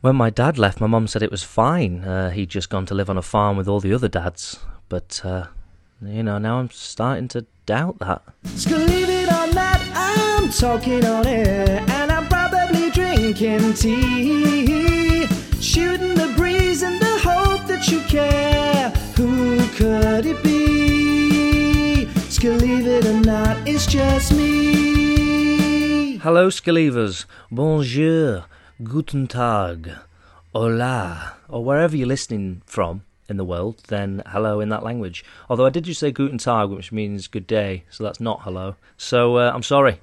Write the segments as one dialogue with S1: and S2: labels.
S1: When my dad left, my mum said it was fine. Uh, he'd just gone to live on a farm with all the other dads. But, uh, you know, now I'm starting to doubt that.
S2: Believe it or not, I'm talking on air, and I'm probably drinking tea, shooting the breeze in the hope that you care. Who could it be? Believe it or not, it's just me.
S1: Hello, Skilivers. Bonjour. Guten Tag. Hola. Or wherever you're listening from in the world, then hello in that language. Although I did just say Guten Tag, which means good day, so that's not hello. So uh, I'm sorry.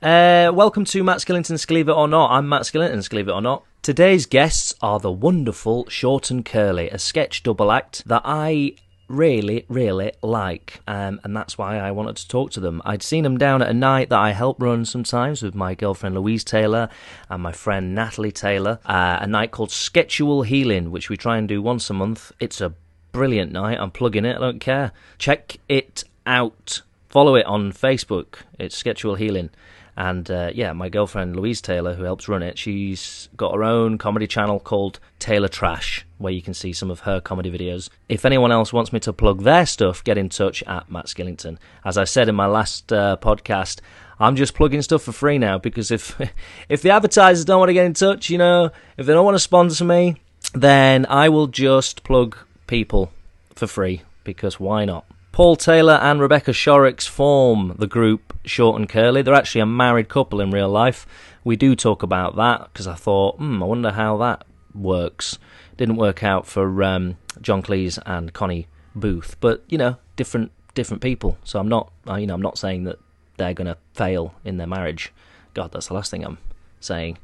S1: Uh, welcome to Matt Skillington's Skiliva or Not. I'm Matt Skillington, Skiliva or Not. Today's guests are the wonderful Short and Curly, a sketch double act that I really, really like, um, and that's why I wanted to talk to them. I'd seen them down at a night that I help run sometimes with my girlfriend Louise Taylor and my friend Natalie Taylor, uh, a night called Sketchual Healing, which we try and do once a month. It's a brilliant night. I'm plugging it. I don't care. Check it out. Follow it on Facebook. It's Sketchual Healing. And uh, yeah, my girlfriend Louise Taylor, who helps run it, she's got her own comedy channel called Taylor Trash, where you can see some of her comedy videos. If anyone else wants me to plug their stuff, get in touch at Matt Skillington. As I said in my last uh, podcast, I'm just plugging stuff for free now because if if the advertisers don't want to get in touch, you know, if they don't want to sponsor me, then I will just plug people for free because why not? Paul Taylor and Rebecca Shorrocks form the group Short and Curly. They're actually a married couple in real life. We do talk about that because I thought, hmm, I wonder how that works. Didn't work out for um, John Cleese and Connie Booth, but you know, different different people. So I'm not, uh, you know, I'm not saying that they're going to fail in their marriage. God, that's the last thing I'm saying.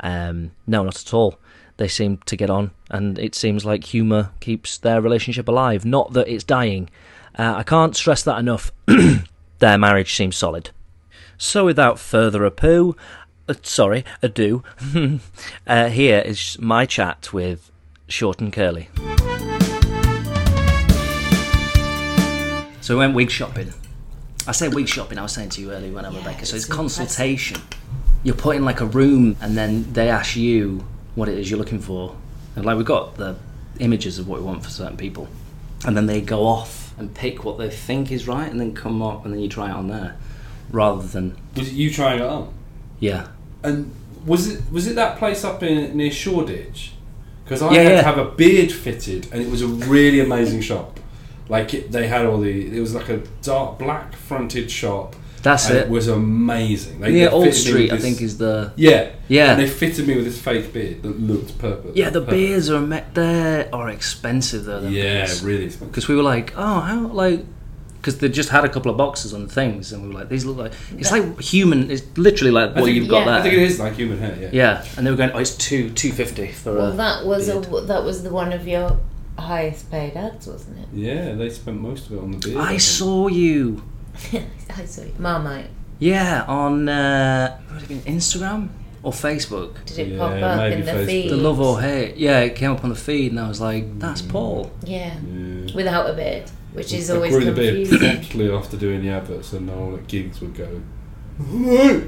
S1: Um, no, not at all. They seem to get on, and it seems like humour keeps their relationship alive. Not that it's dying. Uh, I can't stress that enough. their marriage seems solid. So, without further ado, uh, sorry, ado, uh, here is my chat with Short and Curly. So we went wig shopping. I say wig shopping. I was saying to you earlier when I Rebecca. So it's consultation. You're put in like a room, and then they ask you what it is you're looking for. And like we got the images of what we want for certain people, and then they go off and pick what they think is right, and then come up and then you try it on there, rather than
S3: Was it you trying it on?
S1: yeah.
S3: And was it was it that place up in near Shoreditch? Because I
S1: Yeah,
S3: had
S1: yeah.
S3: to have a beard fitted, and it was a really amazing shop. Like it, they had all the it was like a dark black fronted shop.
S1: That's
S3: and
S1: it.
S3: It was amazing. They,
S1: Yeah,
S3: they
S1: Old
S3: fitted me
S1: Street,
S3: with
S1: I
S3: this-
S1: think, is the
S3: Yeah,
S1: Yeah.
S3: And they fitted me with this fake beard that looked purple.
S1: yeah. The
S3: perfect.
S1: beers are met there are expensive though. them
S3: Yeah,
S1: beers.
S3: really expensive.
S1: because we were like, oh, how like, because they just had a couple of boxes and things, and we were like, these look like it's like human. It's literally like
S3: I
S1: what
S3: think-
S1: you've got
S3: I
S1: there.
S3: think it is like human hair. Yeah.
S1: Yeah, and they were going, oh, it's two two fifty for
S4: Well,
S1: a
S4: that was a,
S1: beard."
S4: that was the one of your highest paid ads, wasn't it?
S3: Yeah, they spent most of it on the beard.
S1: I
S3: think.
S1: saw you.
S4: I saw you. Marmite.
S1: Yeah, on uh, would it have been Instagram or Facebook.
S4: Did it
S3: Yeah,
S4: pop up
S3: maybe
S4: in the
S3: Facebook.
S4: feed?
S1: The love or hate. Yeah, it came up on the feed, and I was like, that's Paul.
S4: Yeah.
S3: Yeah.
S4: Without a beard, which is
S3: I
S4: always
S3: grew the beard
S4: confusing.
S3: promptly after doing the adverts, and all at gigs would go.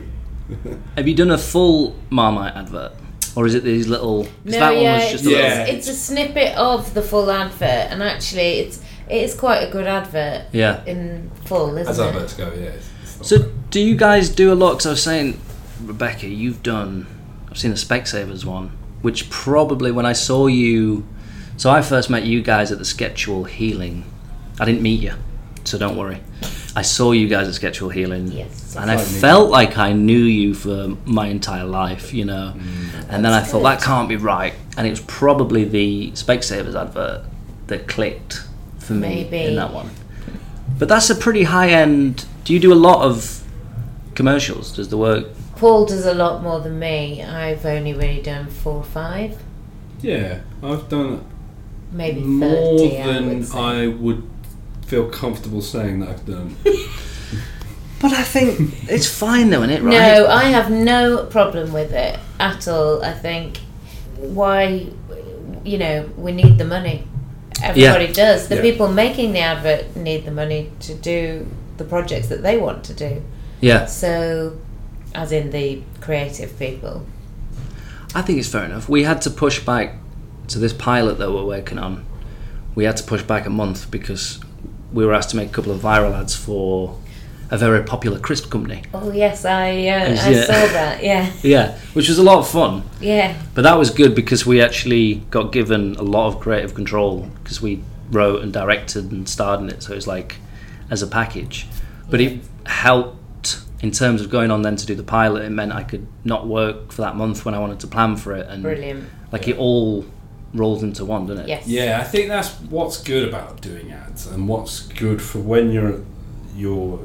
S1: Have you done a full Marmite advert, or is it these little? 'cause
S4: No,
S1: that
S4: yeah,
S1: one was just a
S4: it's,
S1: little.
S3: Yeah.
S4: it's a snippet of the full advert, and actually, it's it is quite a good advert
S1: Yeah.
S4: in full, isn't
S3: As
S4: it?
S3: adverts go, yeah. It's, it's not
S1: So, do you guys do a lot? Because I was saying, Rebecca, you've done. I've seen a Specsavers one, which probably when I saw you. So I first met you guys at the Sketchual Healing. I didn't meet you, so don't worry. I saw you guys at Sketchual Healing,
S4: Yes.
S1: and I
S3: Like me.
S1: felt like I knew you for my entire life, you know. and then I thought that can't be right, and it was probably the Specsavers advert that clicked for me in
S4: Maybe.
S1: that one. But that's a pretty high end. Do you do a lot of commercials? Does the work?
S4: Paul does a lot more than me. I've only really done four or five,
S3: Yeah, I've done
S4: maybe
S3: more
S4: thirty. I
S3: than
S4: would say.
S3: I would feel comfortable saying that I've done.
S1: But I think it's fine though, isn't it? Right?
S4: No, I have no problem with it at all. I think why, you know, we need the money. Everybody does. The
S3: Yeah.
S4: people making the advert need the money to do the projects that they want to do.
S1: Yeah,
S4: So, as in the creative people.
S1: I think it's fair enough. We had to push back to this pilot that we're working on. We had to push back a month because we were asked to make a couple of viral ads for a very popular crisp company.
S4: Oh yes, I uh, I
S1: Yeah.
S4: saw that. Yeah,
S1: Yeah, which was a lot of fun.
S4: yeah,
S1: But that was good because we actually got given a lot of creative control because we wrote and directed and starred in it. So it was like as a package. But it helped in terms of going on then to do the pilot. It meant I could not work for that month when I wanted to plan for it. And
S4: brilliant.
S1: like it all rolled into one, didn't it?
S4: Yes.
S3: Yeah, I think that's what's good about doing ads and what's good for when you're you're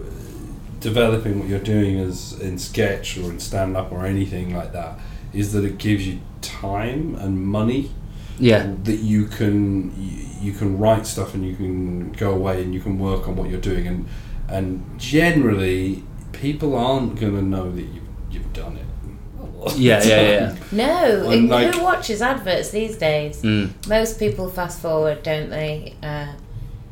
S3: developing what you're doing as in sketch or in stand up or anything like that is that it gives you time and money
S1: Yeah.
S3: that you can you- you can write stuff and you can go away and you can work on what you're doing and and generally people aren't going to know that you've you've done it. a lot of the
S1: Yeah, yeah, yeah.
S3: time.
S4: No,
S3: And,
S4: and
S3: like-
S4: who watches adverts these days?
S1: Mm.
S4: Most people fast forward, don't they? Uh,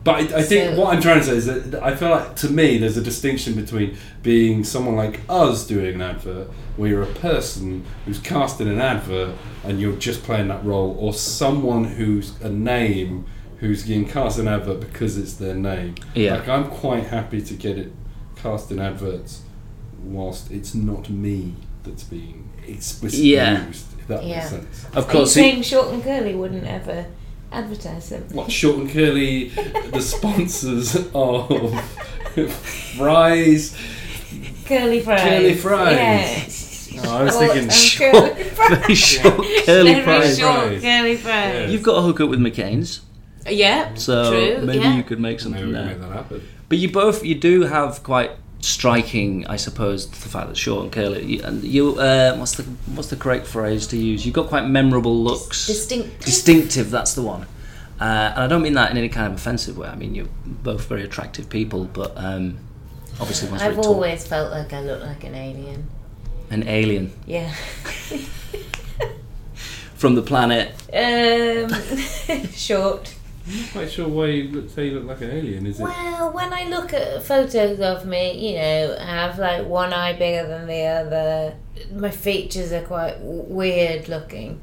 S3: But I, I think
S4: So-
S3: what I'm trying to say is that I feel like to me there's a distinction between being someone like us doing an advert, where you're a person who's cast in an advert and you're just playing that role, or someone who's a name who's getting cast in an advert because it's their name.
S1: Yeah.
S3: Like I'm quite happy to get it cast in adverts, whilst it's not me that's being explicitly
S1: Yeah.
S3: used. If that
S4: Yeah.
S3: makes sense.
S1: Of
S4: are you
S1: course. it-
S4: saying Short and Curly wouldn't ever advertise them?
S3: What short and curly? the sponsors of fries.
S4: Curly fries.
S3: Curly fries.
S4: Yeah.
S3: No, I was
S4: Well,
S3: thinking
S4: um,
S1: short-
S4: curly fries.
S1: very short curly
S4: Very
S1: fries.
S4: short
S3: Fries.
S4: curly fries.
S1: You've got to hook up with McCain's,
S4: Yeah.
S1: so
S4: True,
S1: maybe
S4: yeah.
S1: you could make
S3: Maybe
S1: something
S3: we
S1: there.
S3: can make that happen.
S1: But you both, you do have quite striking, I suppose, the fact that short and curly. You, and you uh, what's the what's the correct phrase to use? You've got quite memorable looks,
S4: Distinct.
S1: distinctive. That's the one. Uh, and I don't mean that in any kind of offensive way. I mean you're both very attractive people, but um, obviously one's
S4: I've
S1: very tall.
S4: always felt like I look like an alien.
S1: an alien
S4: Yeah.
S1: from the planet.
S4: um, short.
S3: I'm quite sure why you look, say you look like an alien, is it?
S4: Well, when I look at photos of me, you know, I have like one eye bigger than the other. My features are quite w- weird looking.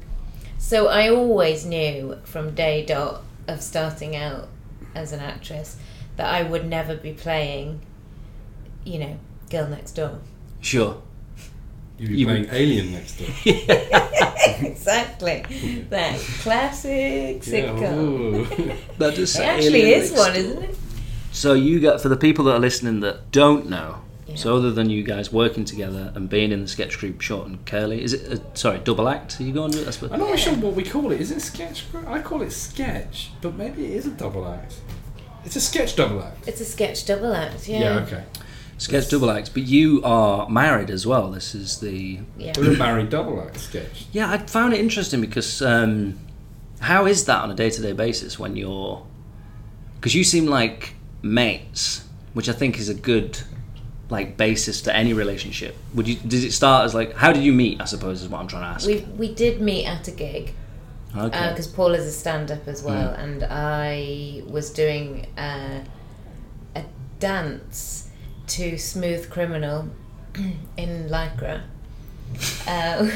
S4: So I always knew from day dot of starting out as an actress that I would never be playing, you know, girl next door.
S1: Sure.
S3: You'd be
S1: You
S3: playing alien next door.
S4: exactly. That classic sitcom.
S3: ooh.
S1: That is
S4: it actually is one, isn't it?
S1: So you got for the people that are listening that don't know.
S4: Yeah.
S1: So other than you guys working together and being in the sketch group, short and curly, is it? A, sorry, double act. Are you going? That's what,
S3: I'm not really sure what we call it. Is it sketch? bro? I call it sketch, but maybe it is a double act. It's a sketch double act.
S4: It's a sketch double act, yeah.
S3: Yeah, okay.
S1: sketch double act. But you are married as well. This is the.
S4: Yeah.
S3: We're a married double act sketch.
S1: Yeah, I found it interesting because um, how is that on a day-to-day basis when you're? Because you seem like mates, which I think is a good like basis to any relationship. Would you? Did it start as like? How did you meet? I suppose is what I'm trying to ask.
S4: We, uh, we did meet at a gig.
S1: okay. Mm.
S4: because Paul is a stand-up as well, and I was doing uh, a dance to Smooth Criminal in Lycra uh,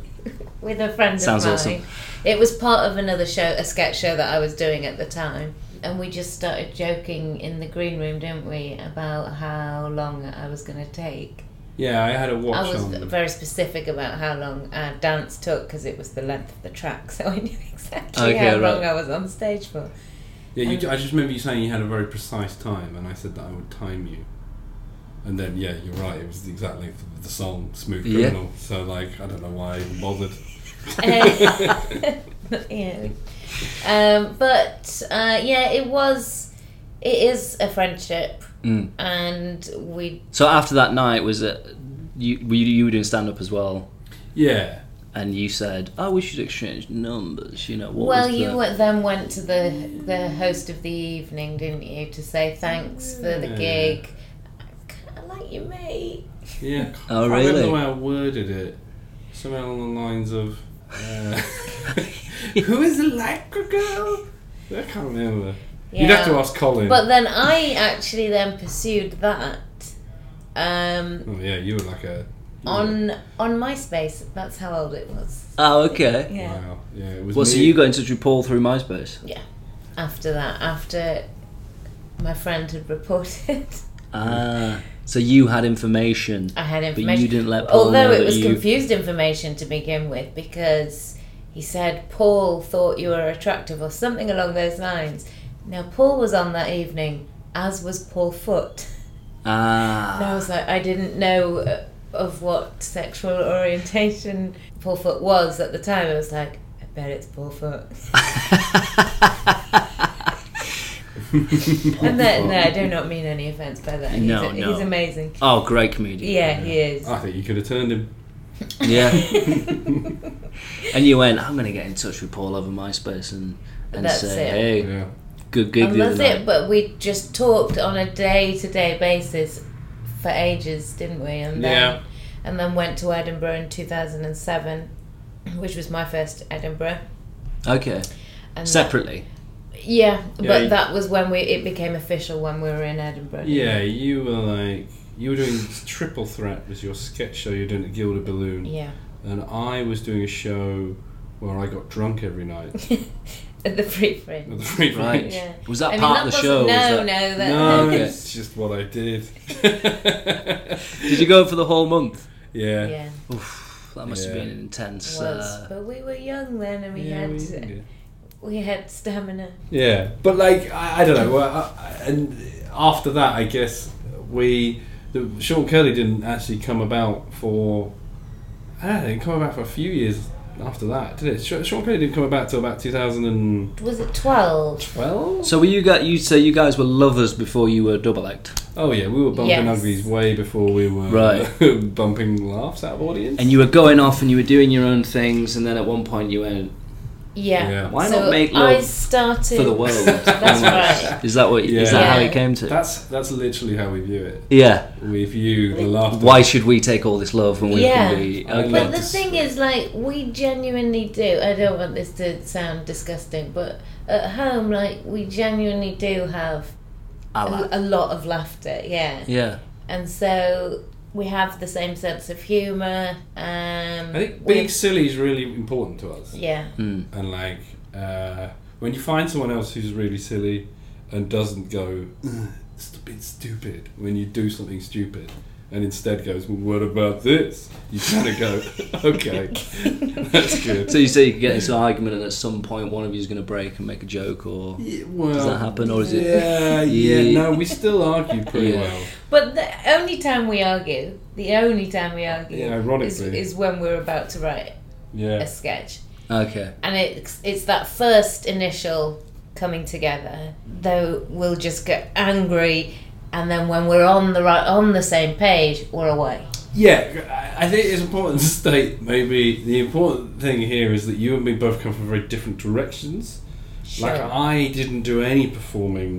S4: with a friend
S1: Sounds
S4: of mine.
S1: awesome.
S4: It was part of another show, a sketch show that I was doing at the time, and we just started joking in the green room, didn't we, about how long I was going to take.
S3: Yeah, I had a watch
S4: I was
S3: on.
S4: very specific about how long our dance took because it was the length of the track, so I knew exactly
S1: Okay,
S4: how long
S1: right.
S4: I was on stage for.
S3: Yeah, you, I just remember you saying you had a very precise time, and I said that I would time you. And then, yeah, you're right. It was the exact length of the song "Smooth
S1: Yeah.
S3: Criminal." So, like, I don't know why I even bothered.
S4: Uh, yeah. Um, but uh, yeah, it was. It is a friendship,
S1: Mm.
S4: and we
S1: So after that night, was it you? were You, you were doing stand up as well,
S3: Yeah,
S1: and you said, "Oh, we should exchange numbers." You know, what
S4: well,
S1: was
S4: you
S1: the-
S4: went- then went to the the host of the evening, didn't you, to say thanks for the
S3: Yeah.
S4: gig. I kinda like you, mate.
S3: yeah.
S1: Oh,
S3: I remember
S1: really?
S3: the way I worded it. Something along the lines of, uh, "Who is the Lycra girl?" I can't remember. You'd have to
S4: Yeah.
S3: ask Colin.
S4: But then I actually then pursued that. Um,
S3: oh, yeah, you were like a
S1: Mm.
S4: on on MySpace. That's how old it was.
S1: Oh, okay.
S4: Yeah.
S3: Wow. Yeah, it was
S1: Well, so
S3: me-
S1: you got in touch with Paul through MySpace?
S4: After that, after my friend had reported,
S1: Ah, so you had information,
S4: I had
S1: but
S4: information.
S1: you didn't let Paul
S4: Although
S1: know
S4: it
S1: that
S4: was
S1: you.
S4: confused information to begin with because he said Paul thought you were attractive or something along those lines. Now Paul was on that evening, as was Paul Foot.
S1: Ah,
S4: And I was like, I didn't know uh, of what sexual orientation Paul Foot was at the time. I was like, I bet it's Paul Foot. and that, no, I do not mean any offence by that. He's,
S1: No, no.
S4: he's amazing.
S1: oh, great comedian.
S4: Yeah, Uh, he is.
S3: I think you could have turned him.
S1: Yeah. and you went, I'm going to get in touch with Paul over MySpace and, and
S4: That's
S1: say,
S4: it.
S1: hey,
S3: Yeah.
S1: good gig
S4: and
S1: the other
S4: that's
S1: night.
S4: it, but we just talked on a day to day basis for ages, didn't we? And then,
S3: Yeah.
S4: and then went to Edinburgh in 2007, which was my first Edinburgh.
S1: Okay,
S4: And
S1: separately.
S4: Yeah, but
S3: you-
S4: that was when we it became official when we were in Edinburgh.
S3: Yeah, you were like you were doing Triple Threat was your sketch show you were doing at Gilda Balloon,
S4: Yeah.
S3: and I was doing a show where I got drunk every night
S4: At the free fringe.
S3: at the free
S1: Right.
S3: range.
S4: Yeah.
S1: Was that
S4: I mean,
S1: part
S4: that
S1: of the
S4: wasn't-
S1: show?
S4: No,
S1: Was that-
S4: no, that,
S3: No,
S1: Okay.
S3: it's just what I did.
S1: Did you go for the whole month?
S3: yeah.
S4: yeah,
S1: That must have
S3: Yeah.
S1: been an intense.
S4: was.
S1: Uh,
S4: But we were young then, and we
S3: Yeah, we
S4: had
S3: did.
S4: we had stamina.
S3: Yeah, but like I, I don't know. Well, I, I- and after that, I guess we the Sean Curley didn't actually come about for I don't know, it didn't come about for a few years after that, did it? Sean Sean Curley didn't come about till about 2012.
S4: Was it twelve?
S1: so were you got you say you guys were lovers before you were double act,
S3: Oh yeah, we were bumping
S4: Yes.
S3: uglies way before we were
S1: Right.
S3: bumping laughs out of audience.
S1: and you were going off and you were doing your own things, and then at one point you went
S4: Yeah.
S3: Yeah.
S1: Why
S4: so
S1: not make
S4: I
S1: love
S4: started
S1: for the world.
S4: That's right.
S1: Is that what? Is
S3: Yeah.
S1: that how
S4: Yeah.
S1: it came to?
S3: that's that's literally how we view it.
S1: yeah.
S3: We view the laughter.
S1: Why should we take all this love when we
S4: Yeah.
S1: can be?
S3: I
S1: Okay.
S4: But
S3: love
S4: the
S3: to
S4: thing is, like, we genuinely do. I don't want this to sound disgusting, but at home, like, we genuinely do have
S1: I
S4: a,
S1: like-
S4: a lot of laughter. Yeah.
S1: yeah.
S4: and so we have the same sense of humour. Um,
S3: I think
S4: we-
S3: being silly is really important to us.
S4: yeah,
S1: Mm.
S3: and like uh, when you find someone else who's really silly and doesn't go "Ugh, it's a bit stupid when you do something stupid and instead goes well what about this you kind of go okay that's good
S1: So you say you could get into an argument, and at some point one of you is going to break and make a joke, or
S3: Yeah, well,
S1: Does that happen, or is it-
S3: yeah yeah
S1: Yeah.
S3: no we still argue pretty
S1: Yeah.
S3: well
S4: but the only time we argue, the only time we argue,
S3: Yeah,
S4: is,
S3: ironically.
S4: is when we're about to write a
S3: yeah
S4: sketch,
S1: okay.
S4: and it's it's that first initial coming together. Though we'll just get angry, and then when we're on the right on the same page, we're away.
S3: yeah I I think it's important to state maybe the important thing here is that you and me both come from very different directions
S4: Sure.
S3: Like I didn't do any performing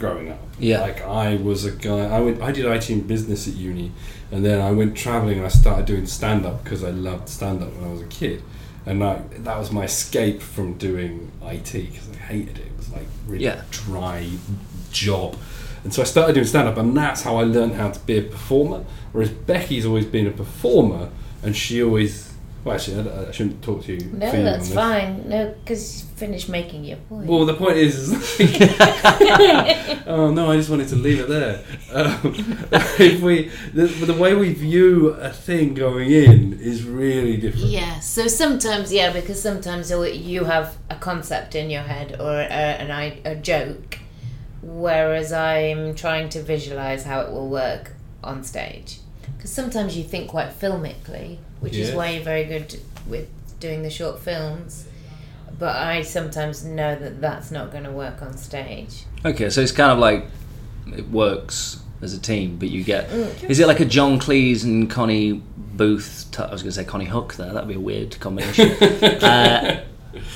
S3: growing up.
S1: Yeah.
S3: Like I was a guy. I went. I did IT and business at uni, and then I went traveling and I started doing stand up because I loved stand up when I was a kid, and I, that was my escape from doing IT because I hated it. It was like really
S1: Yeah.
S3: dry job. And so I started doing stand up, and that's how I learned how to be a performer. Whereas Becky's always been a performer, and she always. Well, actually, I, I shouldn't talk to you.
S4: no,
S3: for you on
S4: that's
S3: this.
S4: fine. No, because finish making your point.
S3: Well, the point is, is like, oh no, I just wanted to leave it there. Um, if we, the, the way we view a thing going in is really different.
S4: Yeah, so sometimes, yeah, because sometimes you'll- you have a concept in your head or a, an, i- a joke, whereas I'm trying to visualize how it will work on stage. Because sometimes you think quite filmically, which is
S3: Yeah.
S4: why you're very good with doing the short films. But I sometimes know that that's not going to work on stage.
S1: Okay, so it's kind of like it works as a team, but you get.
S4: Mm,
S1: Is it like a John Cleese and Connie Booth? T- I was going to say Connie Hook there. That'd be a weird combination. uh,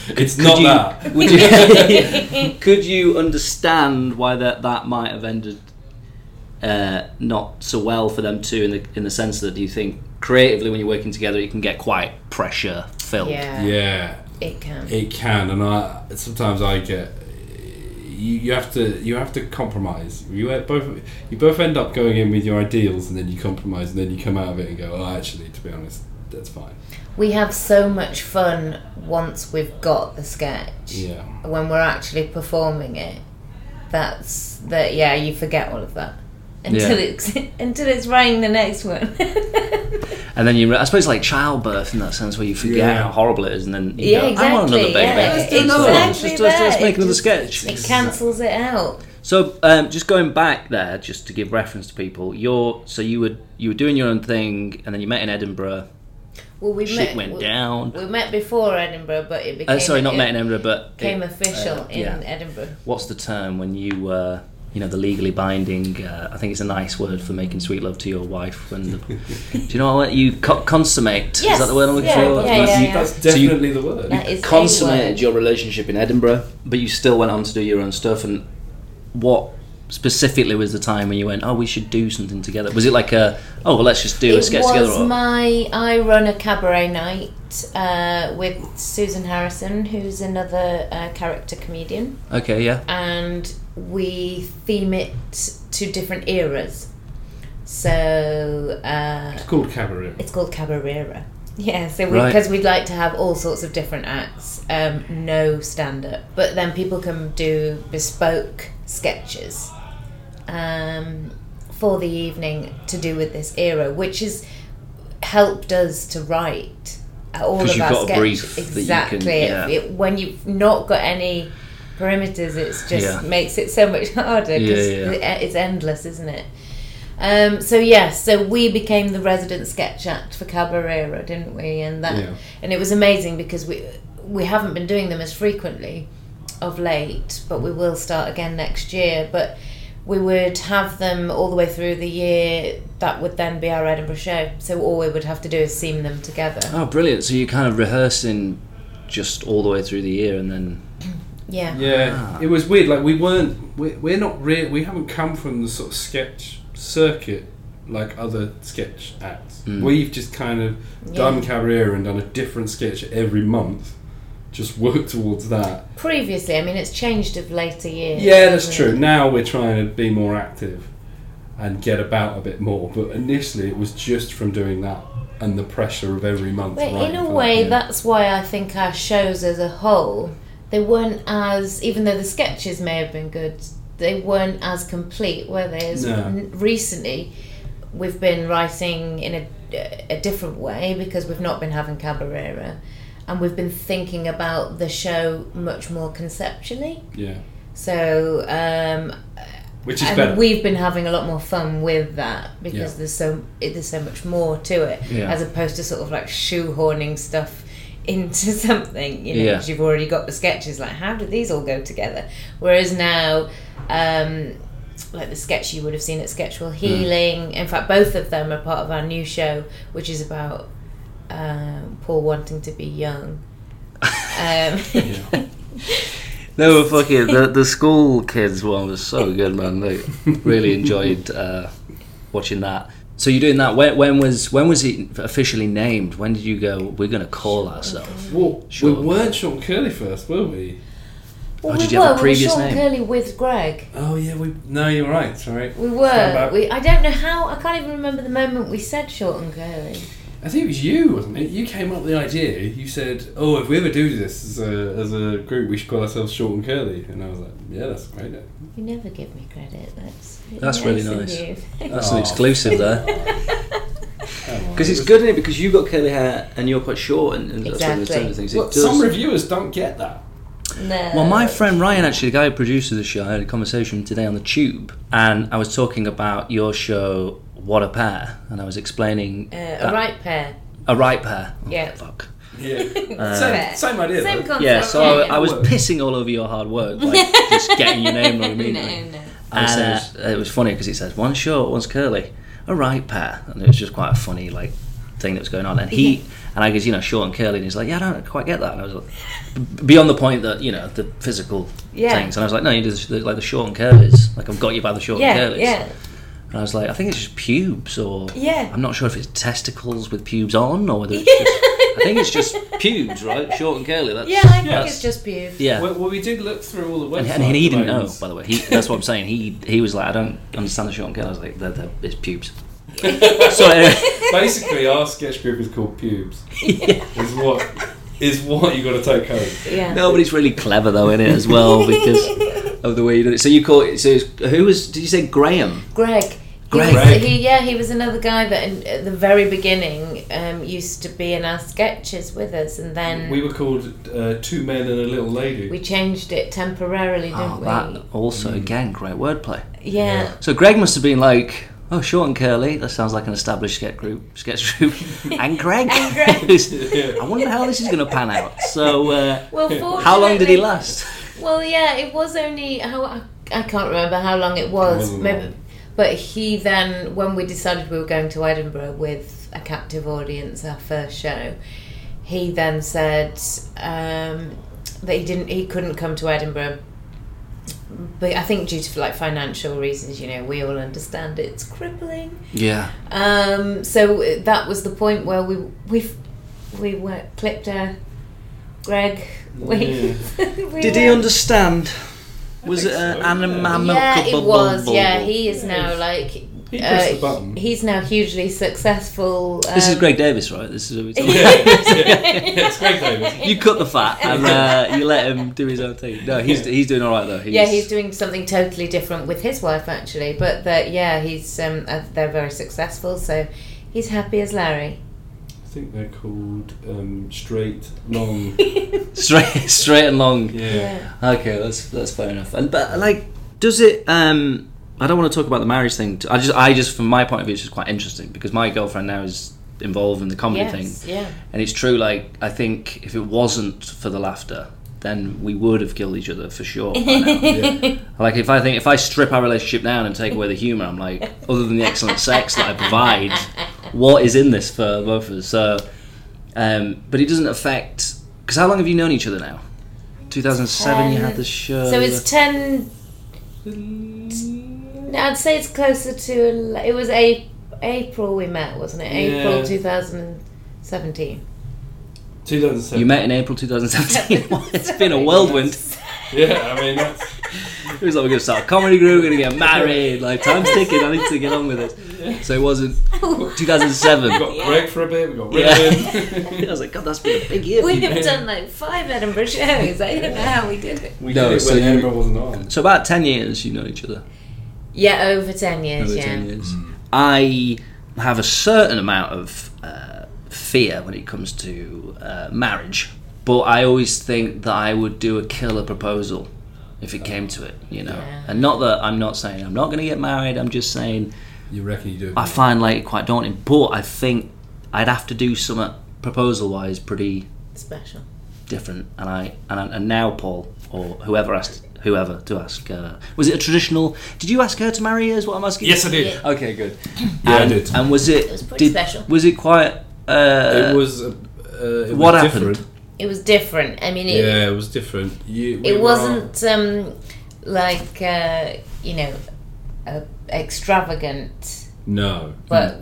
S3: It's
S1: could
S3: not
S1: you,
S3: that.
S1: Would you, could you understand why that that might have ended uh, not so well for them too? In the in the sense that you think creatively when you're working together, you can get quite pressure filled.
S4: Yeah,
S3: Yeah,
S4: it can.
S3: it can, and I sometimes I get you, you have to you have to compromise. You e- both you both end up going in with your ideals, and then you compromise, and then you come out of it and go, oh, actually, to be honest, that's fine.
S4: We have so much fun once we've got the sketch.
S3: Yeah.
S4: When we're actually performing it, that's that. Yeah, you forget all of that until
S1: Yeah.
S4: it's until it's writing the next one.
S1: And then you, re- I suppose, like childbirth in that sense, where you forget
S3: Yeah.
S1: how horrible it is, and then you
S4: Yeah,
S1: go, "I want another baby.
S4: exactly, yeah.
S1: Let's do another one. Let's,
S4: Exactly
S1: just- let's
S4: that.
S1: make
S4: It
S1: another
S4: just-
S1: sketch."
S4: it cancels it out.
S1: So, um, just going back there, just to give reference to people, you're so you were you were doing your own thing, and then you met in Edinburgh.
S4: Well, we
S1: Shit
S4: met,
S1: went
S4: we,
S1: down.
S4: We met before Edinburgh, but it became
S1: Uh, sorry, not
S4: it
S1: met in Edinburgh, but
S4: Became
S1: it-
S4: official
S1: uh,
S4: in
S1: yeah.
S4: Edinburgh.
S1: what's the term when you uh, you know the legally binding uh, I think it's a nice word for making sweet love to your wife when the, do you know what you co- consummate
S4: Yes,
S1: is that the word I'm looking
S4: yeah,
S1: for
S4: yeah, yeah,
S1: you,
S4: yeah.
S3: That's
S1: So you-
S3: definitely the word.
S4: That is a
S1: consummated
S4: word.
S1: your relationship in Edinburgh but you still went on to do your own stuff and what specifically was the time when you went oh we should do something together was it like a oh well let's just do a
S4: It
S1: sketch
S4: was
S1: together or
S4: my. I run a cabaret night uh, with Susan Harrison, who's another uh, character comedian,
S1: okay yeah
S4: and we theme it to different eras. So uh,
S3: It's called cabaret.
S4: it's called Cabarera. Yeah, so
S1: Right.
S4: because we'd like to have all sorts of different acts, um, no stand up, but then people can do bespoke sketches um, for the evening to do with this era, which has helped us to write all of
S1: 'Cause you've
S4: our
S1: got a
S4: sketches.
S1: brief that you can-
S4: exactly. It-
S1: yeah.
S4: it- when you've not got any perimeters, it's just
S1: Yeah.
S4: makes it so much harder
S1: Yeah,
S4: because
S1: yeah,
S4: it's endless, isn't it? Um, so yes, so we became the resident sketch act for Cabarera, didn't we? And that,
S3: Yeah.
S4: and it was amazing because we we haven't been doing them as frequently of late, but we will start again next year. But we would have them all the way through the year. That would then be our Edinburgh show. So all we would have to do is seam them together.
S1: oh brilliant so you're kind of rehearsing just all the way through the year and then
S4: Yeah.
S3: Yeah, it was weird. Like we weren't, we, we're not real. We haven't come from the sort of sketch circuit like other sketch acts.
S4: Hmm.
S3: We've just kind of done Cabrera and done a different sketch every month. Just work towards that.
S4: Previously, I mean, it's changed of later years.
S3: Yeah, that's
S4: hasn't
S3: true.
S4: it?
S3: Now we're trying to be more active and get about a bit more. But initially, it was just from doing that and the pressure of every month.
S4: But in
S3: writing
S4: a
S3: for
S4: way,
S3: year.
S4: that's why I think our shows as a whole, they weren't as, even though the sketches may have been good, they weren't as complete, were they? As
S3: No.
S4: n- recently, we've been writing in a, a different way because we've not been having Cabarera. And we've been thinking about the show much more conceptually.
S3: yeah,
S4: So, um,
S3: which is better.
S4: and we've been having a lot more fun with that because
S3: Yeah.
S4: there's so it, there's so much more to it
S1: Yeah.
S4: as opposed to sort of like shoehorning stuff into something you know
S1: Yeah.
S4: because you've already got the sketches like how did these all go together whereas now um like the sketch you would have seen at Sketchwell
S1: Hmm.
S4: Healing in fact both of them are part of our new show which is about um, Paul wanting to be young um,
S1: They were fucking the, the school kids one was so good, man. They really enjoyed uh, watching that. So you're doing that. When, when was when was it officially named? When did you go? We're gonna call ourselves.
S3: well,
S1: Sure.
S3: we weren't short and curly first, were we?
S4: well,
S1: Oh, did
S4: we
S1: you have a
S4: were,
S1: previous
S4: we were Sean
S1: name?
S4: Curley with Greg
S3: Oh yeah, we. No, you're right. Sorry.
S4: We
S3: Stand
S4: were.
S3: back.
S4: We, I don't know how. I can't even remember the moment we said short and curly.
S3: I think it was you, wasn't it? You came up with the idea. You said, "Oh, if we ever do this as a, as a group, we should call ourselves Short and Curly." And I was like, "Yeah, Oh, that's great."
S4: You never give me credit. That's really
S1: That's really
S4: of
S1: nice.
S4: you.
S1: That's
S3: Aw.
S1: an exclusive there. Because it's good, isn't it? Because you've got curly hair and you're quite short, and, and that's one of the
S4: Exactly.
S1: sort of things. It
S3: Look,
S1: does-
S3: some reviewers don't get that.
S4: no.
S1: Well, my friend Ryan, actually, the guy who produces the show, I had a conversation today on the tube, and I was talking about your show, What a Pair, and I was explaining
S4: Uh,
S1: that-
S4: a right pair.
S1: a right pair. Oh,
S4: Yeah.
S1: fuck.
S3: Yeah,
S4: fair.
S3: same, same idea.
S4: Same
S3: though.
S4: concept.
S1: Yeah, so I, I was
S3: Work.
S1: pissing all over your hard work, like just getting your name wrong immediately.
S4: No, no.
S1: And, uh, it was funny because it says one's short, one's curly, a right pair, and it was just quite a funny like thing that was going on. And he and I goes, you know, short and curly, and he's like, yeah, I don't quite get that. And I was like, b- beyond the point that you know the physical
S4: Yeah.
S1: things. And I was like, no, you do the, like the short and curlies, like I've got you by the short
S4: Yeah,
S1: and curlies.
S4: yeah.
S1: And I was like, I think it's just pubes, or
S4: Yeah.
S1: I'm not sure if it's testicles with pubes on, or whether it's just I think it's just pubes, right? Short and curly. That's,
S4: Yeah, I think
S3: Yes.
S4: it's just pubes.
S1: yeah.
S3: Well, well, we did look through all the websites.
S1: and, and he didn't know,
S3: loads.
S1: by the way. He, that's what I'm saying. He he was like, I don't understand the short and curly. I was like, they're, they're, it's pubes. so anyway,
S3: Basically, our sketch group is called Pubes. Is what is what you got to take home.
S4: Yeah.
S1: no, but it's really clever though in it as well because of the way you did it. So you call it. So it's- who was? Did you say Graham?
S4: Greg. He
S1: Greg.
S4: was-
S3: Greg.
S4: He, yeah, he was another guy that in, at the very beginning um, used to be in our sketches with us, and then
S3: We
S4: we,
S3: were called uh, Two Men and a Little Lady.
S4: changed it temporarily, didn't
S1: Oh,
S4: we?
S1: that also again great wordplay.
S4: Yeah.
S1: So Greg must have been like, oh, short and curly. That sounds like an established sketch group. Sketch group. And Greg.
S4: And Greg.
S1: I wonder how this is going to pan out. So uh,
S4: Well, fortunately,
S1: how long did he last?
S4: Well, yeah, it was only how I, I can't remember how long it was.
S3: wasn't
S4: Maybe,
S3: long.
S4: but he then, when we decided we were going to Edinburgh with a captive audience, our first show, he then said um, that he didn't, he couldn't come to Edinburgh. But I think due to like financial reasons, you know, we all understand it's crippling.
S1: Yeah.
S4: Um, so that was the point where we we we were clipped a Greg. We, we
S1: Did
S4: were-
S1: he understand? Was it
S3: think
S1: an
S3: so,
S1: animal?
S4: yeah, it was. Yeah, he is now
S3: Yes.
S4: like.
S3: He
S4: uh,
S3: pressed the button.
S4: He's now hugely successful. Um,
S1: This is Greg Davis, right? This is what we
S3: yeah, yeah, it's great, David.
S1: You cut the fat and uh, you let him do his own thing. No, he's he's doing all right though. He's,
S4: Yeah, he's doing something totally different with his wife actually, but that yeah, he's um, uh, they're very successful, so he's happy as Larry.
S3: I think they're called um, Straight Long.
S1: straight straight and long.
S3: Yeah.
S1: Okay, that's that's fair enough. And but like, does it? Um, I don't want to talk about the marriage thing. t- I just I just from my point of view, it's just quite interesting because my girlfriend now is involved in the comedy thing.
S4: Yes, yeah.
S1: And it's true, like, I think if it wasn't for the laughter, then we would have killed each other for sure. by now. Like, if I think, if I strip our relationship down and take away the humour, I'm like, other than the excellent sex that I provide, what is in this for both of us? So, um, but it doesn't affect. Because how long have you known each other now? 2007, you had the show.
S4: So it's ten. No, I'd say it's closer to. ele- It was a- April we met, wasn't it? April
S3: Yeah.
S4: two thousand seventeen.
S3: 2007.
S1: you met in April 2017. it's been a whirlwind.
S3: Yeah, I mean that's
S1: It was like we're gonna start a comedy group, we're gonna get married. Like time's ticking. I need to get on with this. So it wasn't 2007.
S3: we got Greg for a bit. We got rid
S1: Yeah.
S3: of him.
S1: I was like, God, that's been a big year. for
S4: We
S1: you."
S4: have done like five Edinburgh shows. I don't know how we did it.
S3: We
S1: No,
S3: did it
S1: so
S3: when
S1: you-
S3: Edinburgh wasn't on.
S1: So about ten years, you know each other.
S4: Yeah, over ten years.
S1: Over
S4: yeah.
S1: ten years. I have a certain amount of uh, fear when it comes to uh, marriage, but I always think that I would do a killer proposal if it came to it. You know,
S4: Yeah.
S1: and not that I'm not saying I'm not gonna get married. I'm just saying
S3: You reckon you do?
S1: I find like it quite daunting, but I think I'd have to do something proposal wise pretty
S4: Special.
S1: different. And I and, I, and now Paul or whoever asked whoever to ask uh, was it a traditional? Did you ask her to marry you? Is what I'm asking?
S3: Yes, I did.
S4: Yeah.
S1: Okay, good.
S3: Yeah, I
S1: and,
S3: did.
S1: And was it?
S4: It was pretty
S1: did-
S4: special.
S1: Was it quite? Uh,
S3: it was. Uh, uh, it
S1: what
S3: was
S1: happened?
S3: Different.
S4: It was different. I mean, it,
S3: Yeah, it was different. You, we
S4: it
S3: were-
S4: wasn't um, like uh, you know uh, extravagant,
S3: No,
S4: but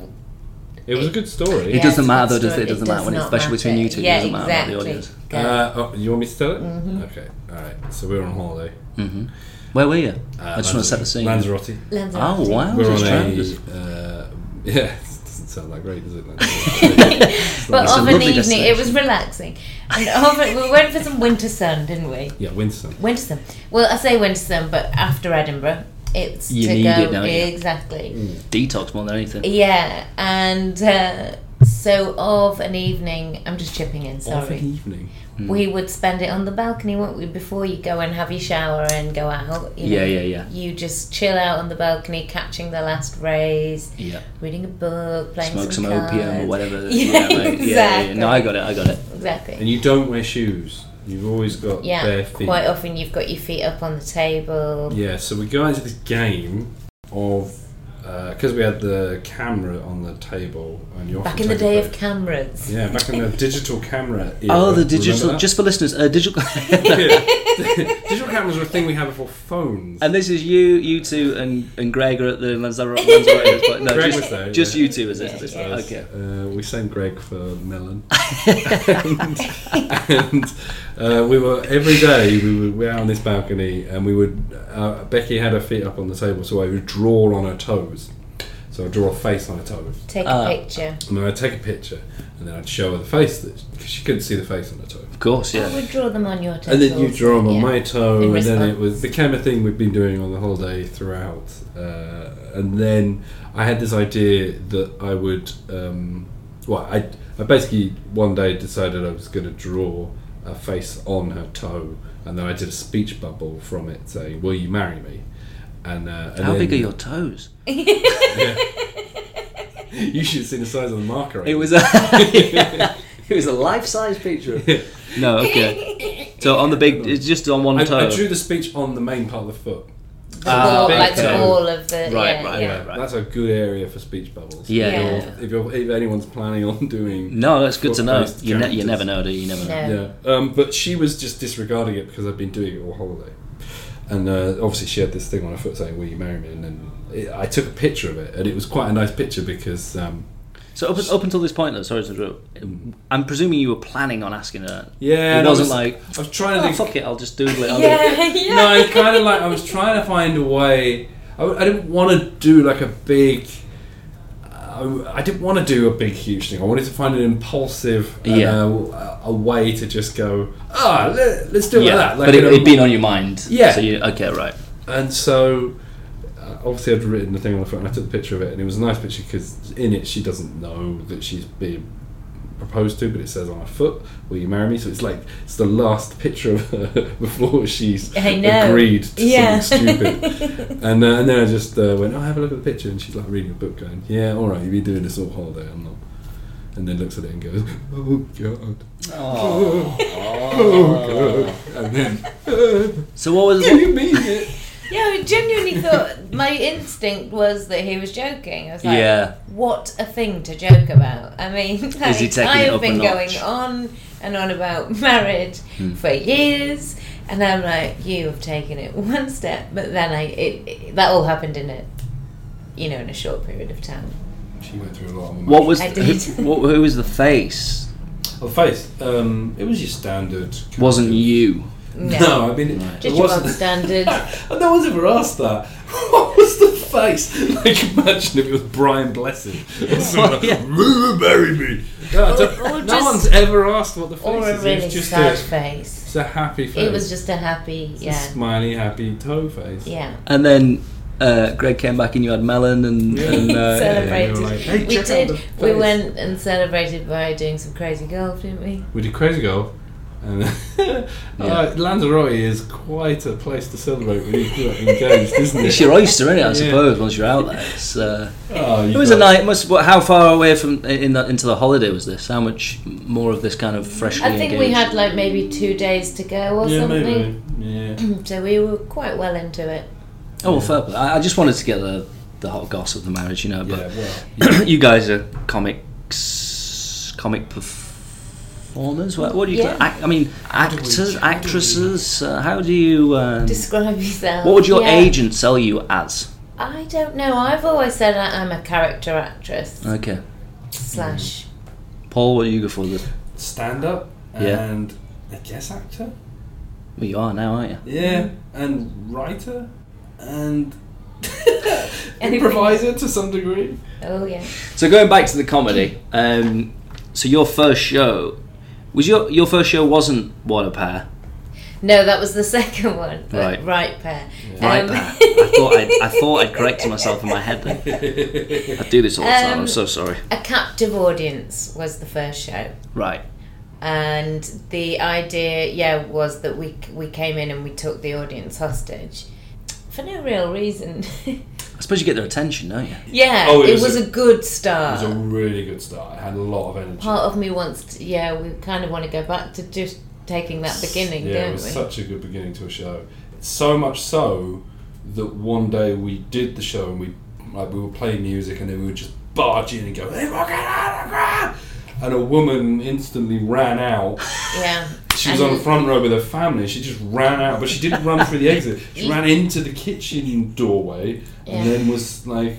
S3: it was a good story.
S1: It
S4: Yeah,
S1: doesn't
S4: it's
S1: matter
S4: not
S1: though, does it? It
S4: story- it
S1: doesn't matter
S4: does
S1: when it's
S4: not
S1: special between
S4: matter.
S1: you two.
S4: Yeah,
S1: it doesn't matter about the
S4: exactly.
S1: audience.
S3: Uh, oh, you want me to tell it?
S4: Mm-hmm.
S3: Okay. All right. So we were on holiday.
S1: Mm-hmm. Where were you?
S3: Uh,
S1: I just want to set the scene.
S3: Lanzarote.
S1: Oh
S4: Lanzarote.
S1: wow!
S3: We We're
S1: just
S3: on
S1: trying to-
S3: a. Uh, yeah, it doesn't sound that great, does it?
S4: But
S1: It's a
S4: of
S1: lovely
S4: an evening, it was
S1: destination.
S4: relaxing. And of it, we went for some winter sun, didn't we?
S3: yeah, Winston.
S4: Winter sun. Well, I say winter sun, but after Edinburgh, it's
S1: You
S4: to
S1: need
S4: go
S1: it, don't you?
S4: exactly.
S1: Detox more than anything.
S4: Yeah, and uh, so of an evening, I'm just chipping in.
S3: Of
S1: e-
S3: an
S4: Sorry,
S3: evening.
S4: we would spend it on the balcony, wouldn't we? Before you go and have your shower and go out. You
S1: Yeah,
S4: know,
S1: yeah, yeah.
S4: You just chill out on the balcony, catching the last rays,
S1: Yeah.
S4: reading a book, playing
S1: Smoke
S4: some,
S1: some opium or
S4: cards.
S1: whatever.
S4: Yeah,
S1: whatever. Yeah, yeah. No, I got it. I got it.
S4: Exactly.
S3: And you don't wear shoes. You've always got bare
S4: Yeah,
S3: feet.
S4: quite often you've got your feet up on the table.
S3: Yeah, so we go into this game of uh, because we had the camera on the table, and you
S4: Back
S3: often
S4: in the
S3: take a
S4: day of
S3: photo-
S4: cameras.
S3: yeah, back in the digital camera. Era,
S1: Oh, the
S3: remember
S1: digital.
S3: that?
S1: Just for listeners, uh, digital.
S3: Yeah. digital cameras were a thing we had before phones.
S1: and this is you, you two, and and Greg are at the Lanzarote. Lanzarote but no,
S3: Greg
S1: just,
S3: was there,
S1: just
S3: yeah.
S1: you two, is it?
S4: Yeah,
S1: Is it?
S4: yeah.
S1: Okay.
S3: Uh, we sent Greg for melon, and, and, uh, we were every day we were, we were out on this balcony, and we would. Uh, Becky had her feet up on the table, so I would draw on her toes. So I'd draw a face on her toes,
S4: Take
S1: Ah.
S4: a picture.
S3: and then I'd take a picture, and then I'd show her the face that because she couldn't see the face on her toe.
S1: Of course,
S4: I
S1: yeah.
S4: would draw them on your toes.
S3: And then you draw them on
S4: yeah.
S3: my toe,
S4: In
S3: and then
S4: response.
S3: it was the kind of thing we've been doing on the holiday throughout. Uh, and then I had this idea that I would, um, well, I, I basically one day decided I was going to draw a face on her toe, and then I did a speech bubble from it saying, "Will you marry me?" And, uh, and
S1: How
S3: then-
S1: big are your toes?
S3: You should see the size of the marker.
S1: It was a it was a life size picture. of- no, okay. So on the big, it's just on one
S3: I,
S1: toe.
S3: I drew the speech on the main part of the foot.
S1: Ah,
S4: All- like
S3: okay.
S4: all of the.
S1: Right,
S4: yeah,
S1: right,
S4: yeah.
S1: right.
S3: That's a good area for speech bubbles.
S1: Yeah.
S4: Yeah.
S3: If, you're, if anyone's planning on doing
S1: no, that's good to know.
S3: Foot-based
S1: You, ne- you
S3: characters.
S1: never know, do you? You never know.
S4: No.
S3: Yeah, um, but she was just disregarding it because I'd been doing it all holiday, and uh, obviously she had this thing on her foot saying, "Will you marry me?" And then it, I took a picture of it, and it was quite a nice picture because um,
S1: So up, up until this point, though, sorry to interrupt. I'm presuming you were planning on asking her.
S3: yeah,
S1: it
S3: and I
S1: wasn't
S3: was-
S1: like
S3: I was trying to
S1: oh,
S3: think.
S1: fuck it, I'll just doodle it. I'll do it."
S4: Yeah, yeah.
S3: No, I kind of like I was trying to find a way. I, I didn't want to do like a big. uh, I, I didn't want to do a big huge thing. I wanted to find an impulsive, uh,
S1: Yeah.
S3: a, a way to just go. Ah, let, us do it
S1: Yeah,
S3: like that. Like
S1: but it,
S3: an-
S1: it'd been on your mind.
S3: Yeah.
S1: So you okay, right?
S3: And so, uh, obviously, I'd written the thing on the front, and I took a picture of it, and it was a nice picture because in it she doesn't know that she's being proposed to, but it says on her foot, "Will you marry me?" So it's like it's the last picture of her before she's
S4: I know.
S3: agreed to
S4: Yeah.
S3: something stupid. and, uh, and then I just uh, went, "Oh, have a look at the picture," and she's like reading a book, going, "Yeah, all right, you've been doing this all holiday, I'm not." And then looks at it and goes, "Oh God, oh, oh God!" And then,
S1: So what was?
S3: "Do you mean it?"
S4: Yeah, I genuinely thought my instinct was that he was joking. I was like,
S1: Yeah.
S4: what a thing to joke about. I mean, like,
S1: he taking it
S4: I've
S1: up a
S4: been
S1: notch? Hmm.
S4: going on and on about marriage for years, and I'm like, you have taken it one step, but then I it, it- that all happened in a you know in a short period of time.
S3: She went through a lot. Of
S1: What was?
S4: I
S1: who,
S4: did.
S1: wh- who was the face?
S3: Oh, the face? Um, it was your standard. kind
S1: Wasn't
S3: of-
S1: you?
S4: No,
S3: No, I mean, it, it
S4: just your
S3: wasn't.
S4: bog standard.
S3: no one's ever asked that. What was the face? Like, imagine if it was Brian Blessing. Or someone like,
S1: yeah.
S3: "Will you marry me. No, I don't-
S4: Or- or
S3: no
S4: just-
S3: one's ever asked what the face
S4: or a
S3: is. It
S4: really
S3: was just
S4: sad
S3: a,
S4: face.
S3: it's a happy face.
S4: It was just a happy,
S3: It's a
S4: yeah,
S3: smiley, happy toe face.
S4: yeah.
S1: And then uh, Greg came back, and you had melon, and,
S3: Yeah.
S1: and uh,
S4: Celebrated.
S3: yeah, like, "Hey,
S4: we
S3: check out
S4: did.
S3: the
S4: We
S3: face."
S4: went and celebrated by doing some crazy golf, didn't we?
S3: We did Crazy Girl. And uh, Lanzarote is quite a place to celebrate when you're engaged, isn't it?
S1: It's your oyster, isn't it? I
S3: Yeah.
S1: suppose once you're out there, it's, uh,
S3: Oh,
S1: it
S3: you
S1: was a
S3: got-
S1: night. Must what, how far away from in the, into the holiday was this? How much more of this kind of freshly?
S4: I think
S1: engaged?
S4: we had like maybe two days to go or
S3: Yeah,
S4: something.
S3: maybe. Yeah.
S4: So we were quite well into it.
S1: Oh well, fair play. I, I just wanted to get the the hot goss of the marriage, you know.
S3: Yeah,
S1: But
S3: well,
S1: you guys are comics, comic performers. What, what do you?
S4: Yeah.
S1: Act, I mean, actors, actresses. Uh, how do you? Um,
S4: Describe yourself.
S1: what would your
S4: Yeah.
S1: agent sell you as?
S4: I don't know. I've always said I- I'm a character actress
S1: Okay,
S4: slash.
S1: Paul, what do you go for? The,
S3: stand up
S1: Yeah.
S3: and I guess actor.
S1: well, you are now, aren't you?
S3: Yeah,
S1: Mm-hmm.
S3: and writer and
S4: And-
S3: improviser to some degree.
S4: Oh yeah.
S1: So going back to the comedy, um, so your first show was your your first show wasn't What a Pair,
S4: No, that was the second one. but
S1: Right.
S4: Right pair.
S1: right?
S4: Um,
S1: pair. I thought I'd, I thought I'd corrected myself in my head. Then. I do this all the time.
S4: Um,
S1: I'm so sorry.
S4: a captive audience was the first show.
S1: Right.
S4: and the idea yeah was that we we came in and we took the audience hostage for no real reason
S1: I suppose you get their attention, don't you?
S4: yeah
S3: Oh,
S4: it, was a, good start
S3: It was a really good start. I had a lot of energy.
S4: part of me wants to yeah we kind of want to go back to just taking that beginning
S3: yeah, it
S4: don't
S3: was
S4: we
S3: such a good beginning to a show. So much so that one day we did the show and we Like we would play music and then we would just barge in and go, "Hey, rock it out, rock it out!" and a woman instantly ran out.
S4: Yeah.
S3: She was
S4: And-
S3: on the front row with her family. She just ran out, but she didn't run through the exit. She ran into the kitchen doorway and
S4: Yeah.
S3: then was like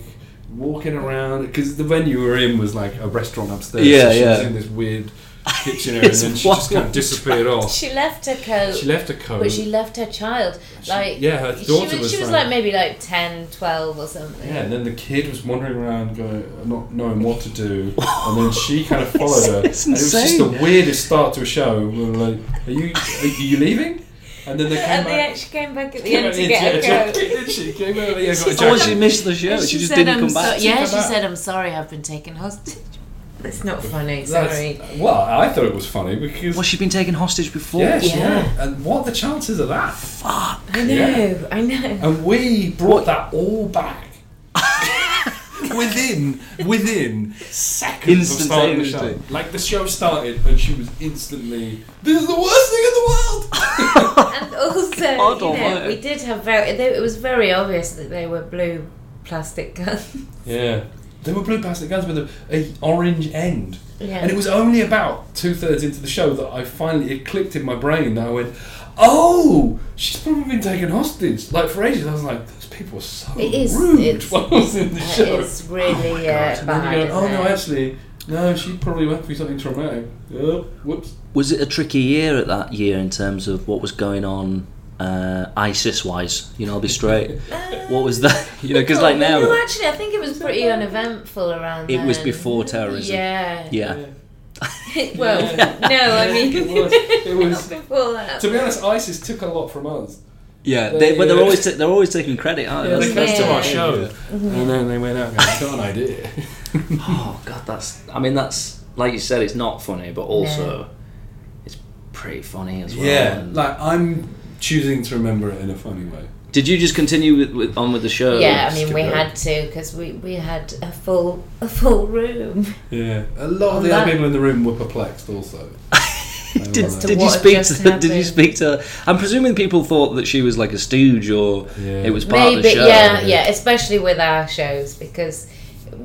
S3: walking around because the venue we were in was like a restaurant upstairs.
S1: Yeah,
S3: so she was
S1: yeah.
S3: in this weird kitchen area, and
S1: It's
S3: then she just kind of
S1: wild.
S3: disappeared off.
S4: She left her coat.
S3: She left a coat.
S4: But she left her child. Like
S3: yeah, her
S4: she
S3: daughter was
S4: She was
S3: found.
S4: like maybe like 10, 12 or something.
S3: Yeah, and then the kid was wandering around, going, uh, not knowing what to do, and then she kind of followed her.
S1: It's
S3: and it was just the
S1: insane.
S3: weirdest start to a show. We were like, "Are you are you leaving?" And then they came
S4: and
S3: back.
S4: they she came back at the
S3: came
S4: end
S3: out
S4: to
S3: in
S4: get
S3: jacket,
S4: her coat.
S3: didn't she? Came out yeah, got a
S1: Oh, she
S3: jacket.
S1: missed the show. She, just
S4: said,
S1: didn't
S4: "I'm
S1: come back.
S4: So- yeah,
S3: come
S4: she
S3: back.
S4: said, "I'm sorry, I've been taken hostage." That's not funny.
S3: That's-
S4: Sorry.
S3: Well, I thought it was funny because
S1: Well, she'd been taken hostage before.
S3: yeah, she-
S4: Yeah.
S3: and what are the chances of that?
S4: I know.
S3: Yeah.
S4: I know.
S3: And we brought that all back. within within seconds of starting the show.
S1: Instantaneously.
S3: Like the show started and she was instantly This is the worst thing in the world
S4: And also,
S1: God
S4: you know,
S1: almighty.
S4: we did have very. They, it was very obvious that they were blue plastic guns.
S3: Yeah. They were blue plastic guns with a, a orange end.
S4: Yeah.
S3: And it was only about two thirds into the show that I finally it clicked in my brain that I went, Oh, she's probably been taken hostage. Like for ages I was like, those people are so
S4: It is.
S3: rude
S4: It's,
S3: while I was in the
S4: it's
S3: show.
S4: really uh,
S3: And then
S4: bad.
S3: you go, oh
S4: isn't
S3: no,
S4: it?
S3: actually, no, she probably went through something traumatic. Oh, whoops.
S1: Was it a tricky year at that year in terms of what was going on uh, ISIS wise? You know, I'll be straight.
S4: Um,
S1: what was that? You know, because like
S4: Well, No,
S1: now,
S4: actually, I think it was pretty uneventful around.
S1: it was
S4: then.
S1: before terrorism.
S4: Yeah.
S1: Yeah.
S4: well,
S3: Yeah.
S4: no, I mean,
S3: it was. It was.
S4: before that.
S3: To be honest, ISIS took a lot from us.
S1: Yeah, they, but they're
S3: Yeah.
S1: always ta- they're always taking credit, aren't
S3: Yeah,
S1: they?
S3: they
S1: That's-
S3: came to
S4: Yeah.
S3: our show, and then they went out. and Got an idea.
S1: Oh god, that's. I mean, that's like you said, it's not funny, but also it's pretty funny as well.
S3: Yeah,
S1: And-
S3: like I'm choosing to remember it in a funny way.
S1: did you just continue with, with, on with the show?
S4: yeah, I mean, we
S3: Skip it.
S4: had to because we, we had a full a full room.
S3: Yeah, a lot of the
S4: That-
S3: other people in the room were perplexed. Also,
S1: did,
S4: to
S1: did you
S4: what had
S1: speak
S4: just
S1: to? Did you
S4: happened.
S1: speak to? I'm presuming people thought that she was like a stooge, or
S3: Yeah.
S1: it was part of the
S4: Maybe,
S1: show.
S4: yeah, yeah, especially with our shows because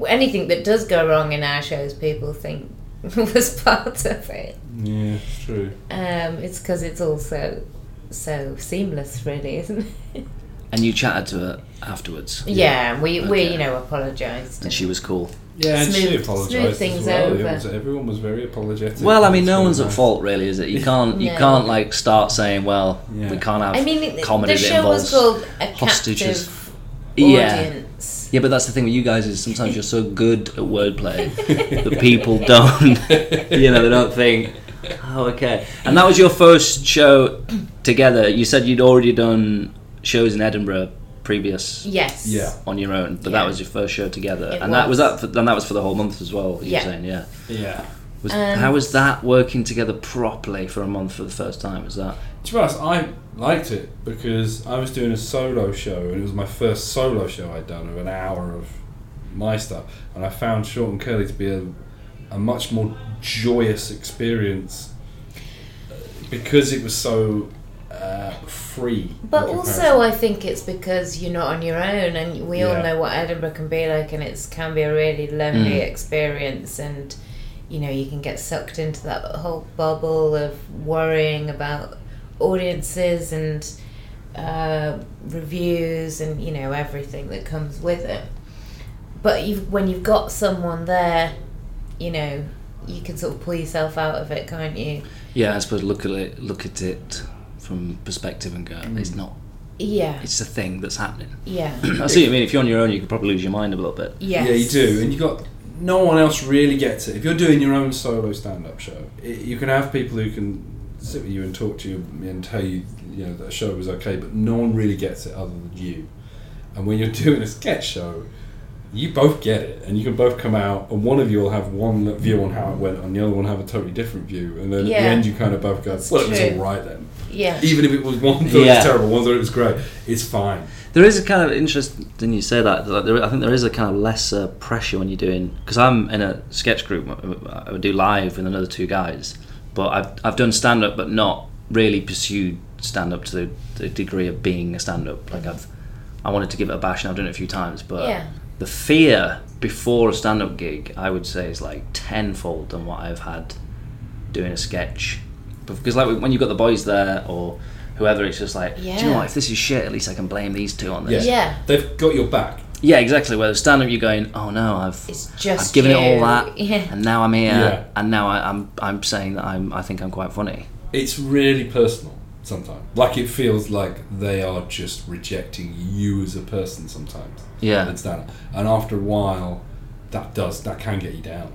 S4: anything that does go wrong in our shows, people think was part of it.
S3: yeah, it's true.
S4: Um, it's because it's also so seamless, really, isn't it?
S1: And you chatted to her afterwards,
S4: Yeah, we, we
S1: Okay.
S4: you know apologised.
S1: and she was cool.
S3: Yeah, and she
S4: Smooth- smooth
S3: apologised as
S4: things
S3: well. It
S4: over.
S3: was- everyone was very apologetic.
S1: Well, I mean,
S3: It's
S1: no
S3: really
S1: one's at
S3: nice.
S1: fault, really, is it? You can't, you
S4: No.
S1: can't like start saying, well,
S3: Yeah.
S1: we can't have
S4: I mean, it-
S1: comedy
S4: the
S1: that
S4: show
S1: involves
S4: was called a
S1: hostages.
S4: captive
S1: yeah.
S4: audience.
S1: Yeah, but that's the thing with you guys is sometimes you're so good at wordplay that people don't, you know, they don't think. Oh, okay. And that was your first show together. You said you'd already done shows in Edinburgh previous
S4: Yes.
S3: Yeah.
S1: on your own, but
S4: Yeah.
S1: that was your first show together,
S4: It
S1: and that was
S4: was.
S1: that. For, and that was for the whole month as well. You
S4: Yeah.
S1: were saying, yeah.
S3: Yeah.
S1: Was,
S4: Um,
S1: how was that working together properly for a month for the first time? Was that?
S3: To be honest, I liked it because I was doing a solo show and it was my first solo show I'd done of an hour of my stuff, and I found Short and Curly to be a, a much more joyous experience uh, because it was so uh, free. in
S4: But
S3: comparison.
S4: also, I think it's because you're not on your own, and we all
S3: Yeah.
S4: know what Edinburgh can be like, and it can be a really lonely
S3: Mm.
S4: experience. And you know, you can get sucked into that whole bubble of worrying about audiences and uh, reviews, and you know everything that comes with it. But you've, when you've got someone there, you know, you can sort of pull yourself out of it, can't you?
S1: Yeah, I suppose look at it, look at it from perspective and go,
S4: Mm.
S1: it's not.
S4: Yeah,
S1: It's a thing that's happening.
S4: yeah,
S1: I see. what you mean, if you're on your own, you could probably lose your mind a little bit.
S4: yes.
S3: Yeah, you do, and you got no one else really gets it. If you're doing your own solo stand-up show, i you can have people who can sit with you and talk to you and tell you, you know, that a show was okay, but no one really gets it other than you. And when you're doing a sketch show, you both get it, and you can both come out, and one of you will have one view on how it went, and the other one have a totally different view, and then at the
S4: Yeah.
S3: end you kind of both go, "Well, it was
S4: true.
S3: all right then."
S4: Yeah.
S3: Even if it was one thought it
S1: Yeah.
S3: was terrible, one thought it was great, it's fine.
S1: There is a kind of interesting you say that. Like there, I think there is a kind of lesser pressure when you're doing because I'm in a sketch group. I would do live with another two guys, but I've I've done stand up, but not really pursued stand up to the, the degree of being a stand up. Like I've I wanted to give it a bash, and I've done it a few times, but
S4: Yeah.
S1: the fear before a stand-up gig, I would say, is like tenfold than what I've had doing a sketch. Because like when you've got the boys there or whoever, it's just like, do you know
S4: Yeah.
S1: what? If this is shit, at least I can blame these two on
S3: Yeah.
S1: this.
S4: Yeah.
S3: They've got your back.
S1: Yeah, exactly. Where the stand up, you're going, oh no, I've
S4: It's just
S1: I've given it all
S4: you."
S1: that,
S4: Yeah.
S1: and now I'm here,
S3: Yeah.
S1: and now I, I'm I'm saying that I'm I think I'm quite funny.
S3: It's really personal sometimes. Like it feels like they are just rejecting you as a person sometimes.
S1: Yeah.
S3: It's that. And after a while, that does that can get you down.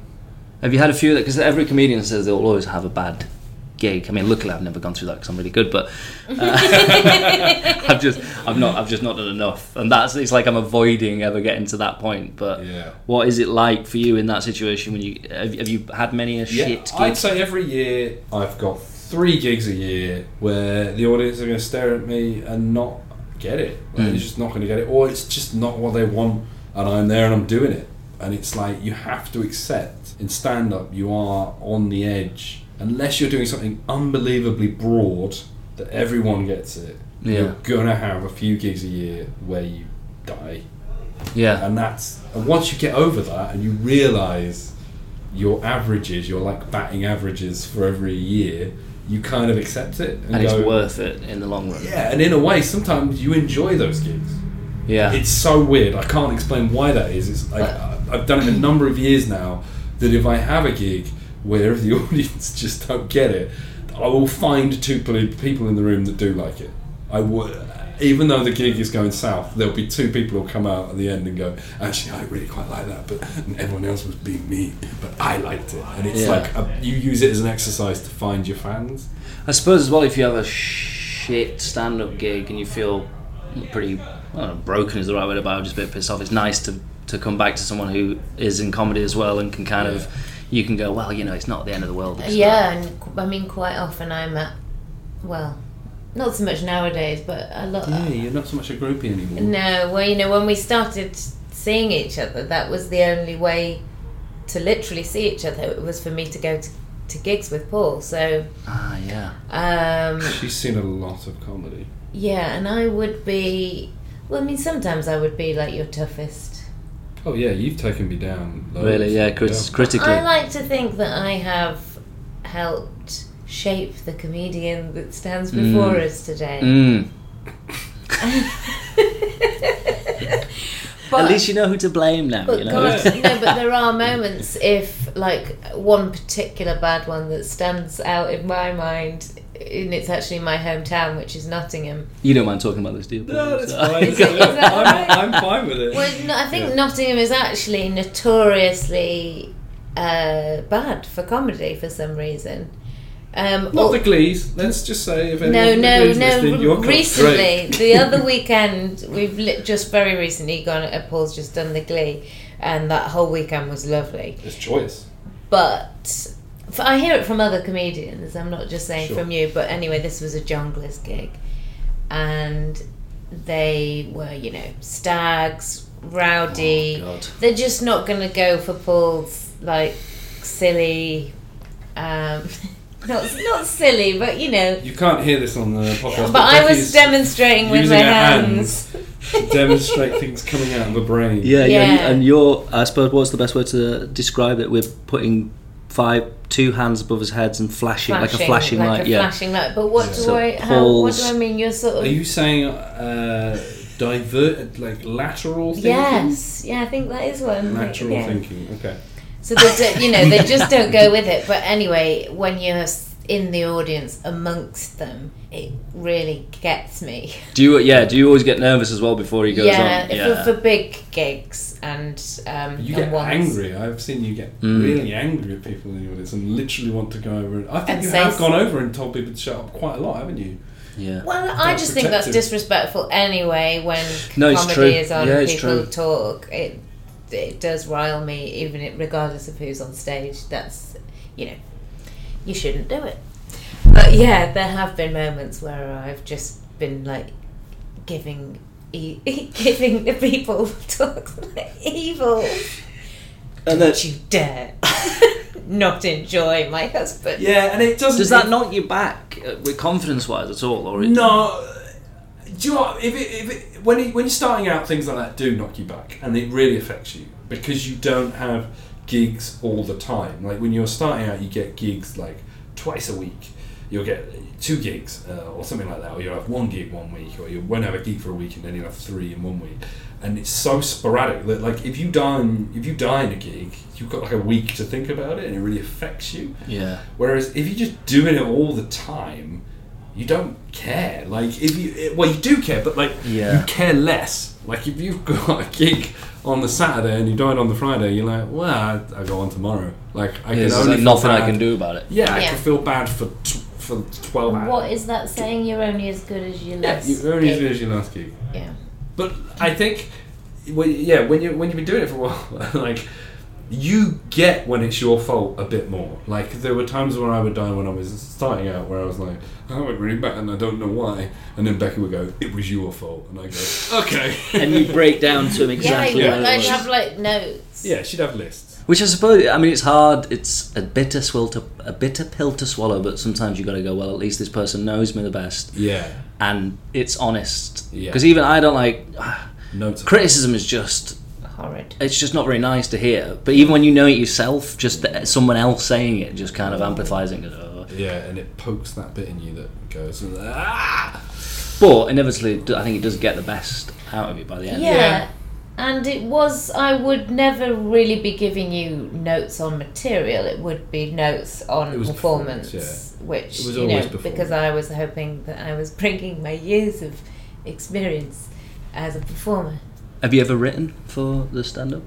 S1: Have you had a few of that? Because every comedian says they'll always have a bad gig. I mean, luckily I've never gone through that because I'm really good, but uh, I've just I've not I've just not done enough, and that's it's like I'm avoiding ever getting to that point. But
S3: Yeah.
S1: what is it like for you in that situation when you have, have you had many a
S3: Yeah,
S1: shit gig?
S3: I'd say every year I've got three gigs a year where the audience are going to stare at me and not get it.
S1: Hmm.
S3: Like, They're just not going to get it, or it's just not what they want, and I'm there and I'm doing it. And it's like you have to accept in stand up you are on the edge unless you're doing something unbelievably broad that everyone gets it.
S1: Yeah.
S3: You're gonna have a few gigs a year where you die
S1: yeah,
S3: and that's and once you get over that and you realize your averages your like batting averages for every year you kind of accept it and,
S1: and
S3: go
S1: it's worth it in the long run.
S3: yeah and in a way sometimes you enjoy those gigs
S1: yeah.
S3: it's so weird i can't explain why that is it's like I- i've done it a number of years now that if i have a gig where the audience just don't get it i will find two ple- people in the room that do like it i would even though the gig is going south, there'll be two people who'll come out at the end and go, "Actually, I really quite like that," but everyone else was being mean, but I liked it, and it's
S1: Yeah.
S3: like a, you use it as an exercise to find your fans.
S1: I suppose as well, if you have a shit stand-up gig and you feel pretty I don't know, broken is the right word, but I'm just a bit pissed off. It's nice to to come back to someone who is in comedy as well and can kind
S3: Yeah.
S1: of you can go, well, you know, it's not the end of the world. It's
S4: Yeah, and qu- I mean, quite often I'm at, well, not so much nowadays, but a lot.
S3: you're not so much a groupie anymore.
S4: No, well, you know, when we started seeing each other, that was the only way to literally see each other. It was for me to go to, to gigs with Paul. So,
S1: not- ah, yeah,
S4: um,
S3: She's seen a lot of comedy.
S4: yeah, and I would be, well, I mean, sometimes I would be like your toughest.
S3: Oh yeah, you've taken me down. loads.
S1: really, yeah, crit- critically,
S4: I like to think that I have helped shape the comedian that stands before us today.
S1: mm.
S4: But-
S1: at least you know who to blame now.
S4: But
S1: you know,
S4: God, no, but there are moments if, like, one particular bad one that stands out in my mind, and it's actually my hometown, which is Nottingham.
S1: you don't mind talking about this, do you?
S3: No, that's
S1: So-
S3: fine.
S4: Is it- is that
S3: I'm, I'm fine with it.
S4: Well, no, I think
S3: Yeah.
S4: Nottingham is actually notoriously uh, bad for comedy for some reason. Um,
S3: Not
S4: or-
S3: the Glees. Let's just say if
S4: no,
S3: anyone
S4: no,
S3: Glees listening, you're
S4: no.
S3: great.
S4: Recently, the other weekend, we've li- just very recently gone. uh, Paul's just done the Glee, and that whole weekend was lovely.
S3: it's choice.
S4: but f I I hear it from other comedians. I'm not just saying
S3: Sure.
S4: from you, but anyway, this was a jonglers gig, and they were, you know, stags, rowdy.
S1: Oh, God.
S4: They're just not going to go for Paul's like silly, um, not not silly, but you know.
S3: You can't hear this on the podcast.
S4: But I was
S3: Becky's
S4: demonstrating with
S3: using
S4: my
S3: her hands
S4: hands.
S3: to demonstrate things coming out of the brain.
S1: Yeah, yeah,
S4: Yeah.
S1: and you're. I suppose what's the best way to describe it? We're putting five, two hands above his heads and flashing, like a flashing
S4: like
S1: light.
S4: A
S1: yeah,
S4: flashing light. But what do
S1: So
S4: I? How, what do
S1: Paul's-
S4: I mean? You're sort of.
S3: Are you saying uh, diverted, like lateral thinking?
S4: yes. Yeah, I think that is one.
S3: Lateral
S4: yeah.
S3: thinking. Okay.
S4: So they do, you know they just don't go with it. But anyway, when you're s- in the audience amongst them, it really gets me.
S1: Do you? Yeah. Do you always get nervous as well before he goes
S4: yeah,
S1: on? Yeah.
S4: For, for big gigs and um,
S3: You
S4: and
S3: get
S4: ones.
S3: angry. I've seen you get really angry at people in the audience and literally want to go over. And, I think
S4: And
S3: you
S4: say
S3: have
S4: s-
S3: gone over and told people to shut up quite a lot, haven't you?
S1: yeah.
S4: Well, I
S3: That's
S4: just think that's
S3: protective.
S4: disrespectful anyway. When
S1: No, it's
S4: comedy
S1: true.
S4: is on,
S1: Yeah, it's
S4: people
S1: true.
S4: talk. It it does rile me, even it, regardless of who's on stage. That's you know, you shouldn't do it. But yeah, there have been moments where I've just been like giving e- giving the people talks like evil.
S1: And then,
S4: Don't you dare not enjoy my husband.
S3: Yeah, and it doesn't.
S1: does that knock you back uh, with confidence-wise at all? Or it-
S3: No, do you know what, if it, if it, when, you, when you're starting out things like that do knock you back and it really affects you because you don't have gigs all the time like when you're starting out you get gigs like twice a week you'll get two gigs uh, or something like that or you'll have one gig one week or you won't have a gig for a week and then you'll have three in one week and it's so sporadic that like if you dine if you dine a gig you've got like a week to think about it and it really affects you
S1: Yeah.
S3: Whereas if you're just doing it all the time, you don't care. Like if you eh, well, you do care, but like
S5: Yeah.
S3: you care less. Like if you've got a gig on the Saturday and you died on the Friday, you're like, well, I, I go on tomorrow. Like I
S1: There's
S3: can only
S1: like
S3: feel
S1: nothing I
S3: bad-
S1: can do about it.
S3: Yeah, I
S4: Yeah.
S3: can feel bad for t- for twelve hours.
S4: What is that saying? You're only as good as your
S3: Yeah,
S4: last.
S3: you're only as
S4: gig.
S3: good as your last gig.
S4: Yeah.
S3: But I think, well, yeah, when you when you've been doing it for a while, like you get when it's your fault a bit more. Like there were times when I would die when I was starting out, where I was like, I went really bad and I don't know why. And then Becky would go, "It was your fault," and I go, "Okay."
S1: And you break down to him exactly
S4: yeah,
S1: what
S4: you
S1: it
S4: like
S1: was.
S4: have like notes.
S3: yeah, she'd have lists.
S1: Which I suppose, I mean, it's hard. It's a bitter swill to a bitter pill to swallow. But sometimes you got to go. Well, at least this person knows me the best,
S3: Yeah,
S1: and it's honest.
S3: Yeah.
S1: Because even I don't like
S3: notes.
S1: criticism. Is just
S4: Horrid.
S1: it's just not very nice to hear. But even when you know it yourself, just that someone else saying it just kind of amplifies it. Oh.
S3: Yeah, and it pokes that bit in you that goes, ah!
S1: But inevitably, I think it does get the best out of you by the
S4: Yeah.
S1: end.
S3: Yeah.
S4: And it was, I would never really be giving you notes on material. It would be notes on
S3: It was
S4: performance,
S3: performance,
S4: which,
S3: It was
S4: you know,
S3: always
S4: because I was hoping that I was bringing my years of experience as a performer.
S1: Have you ever written for the stand-up?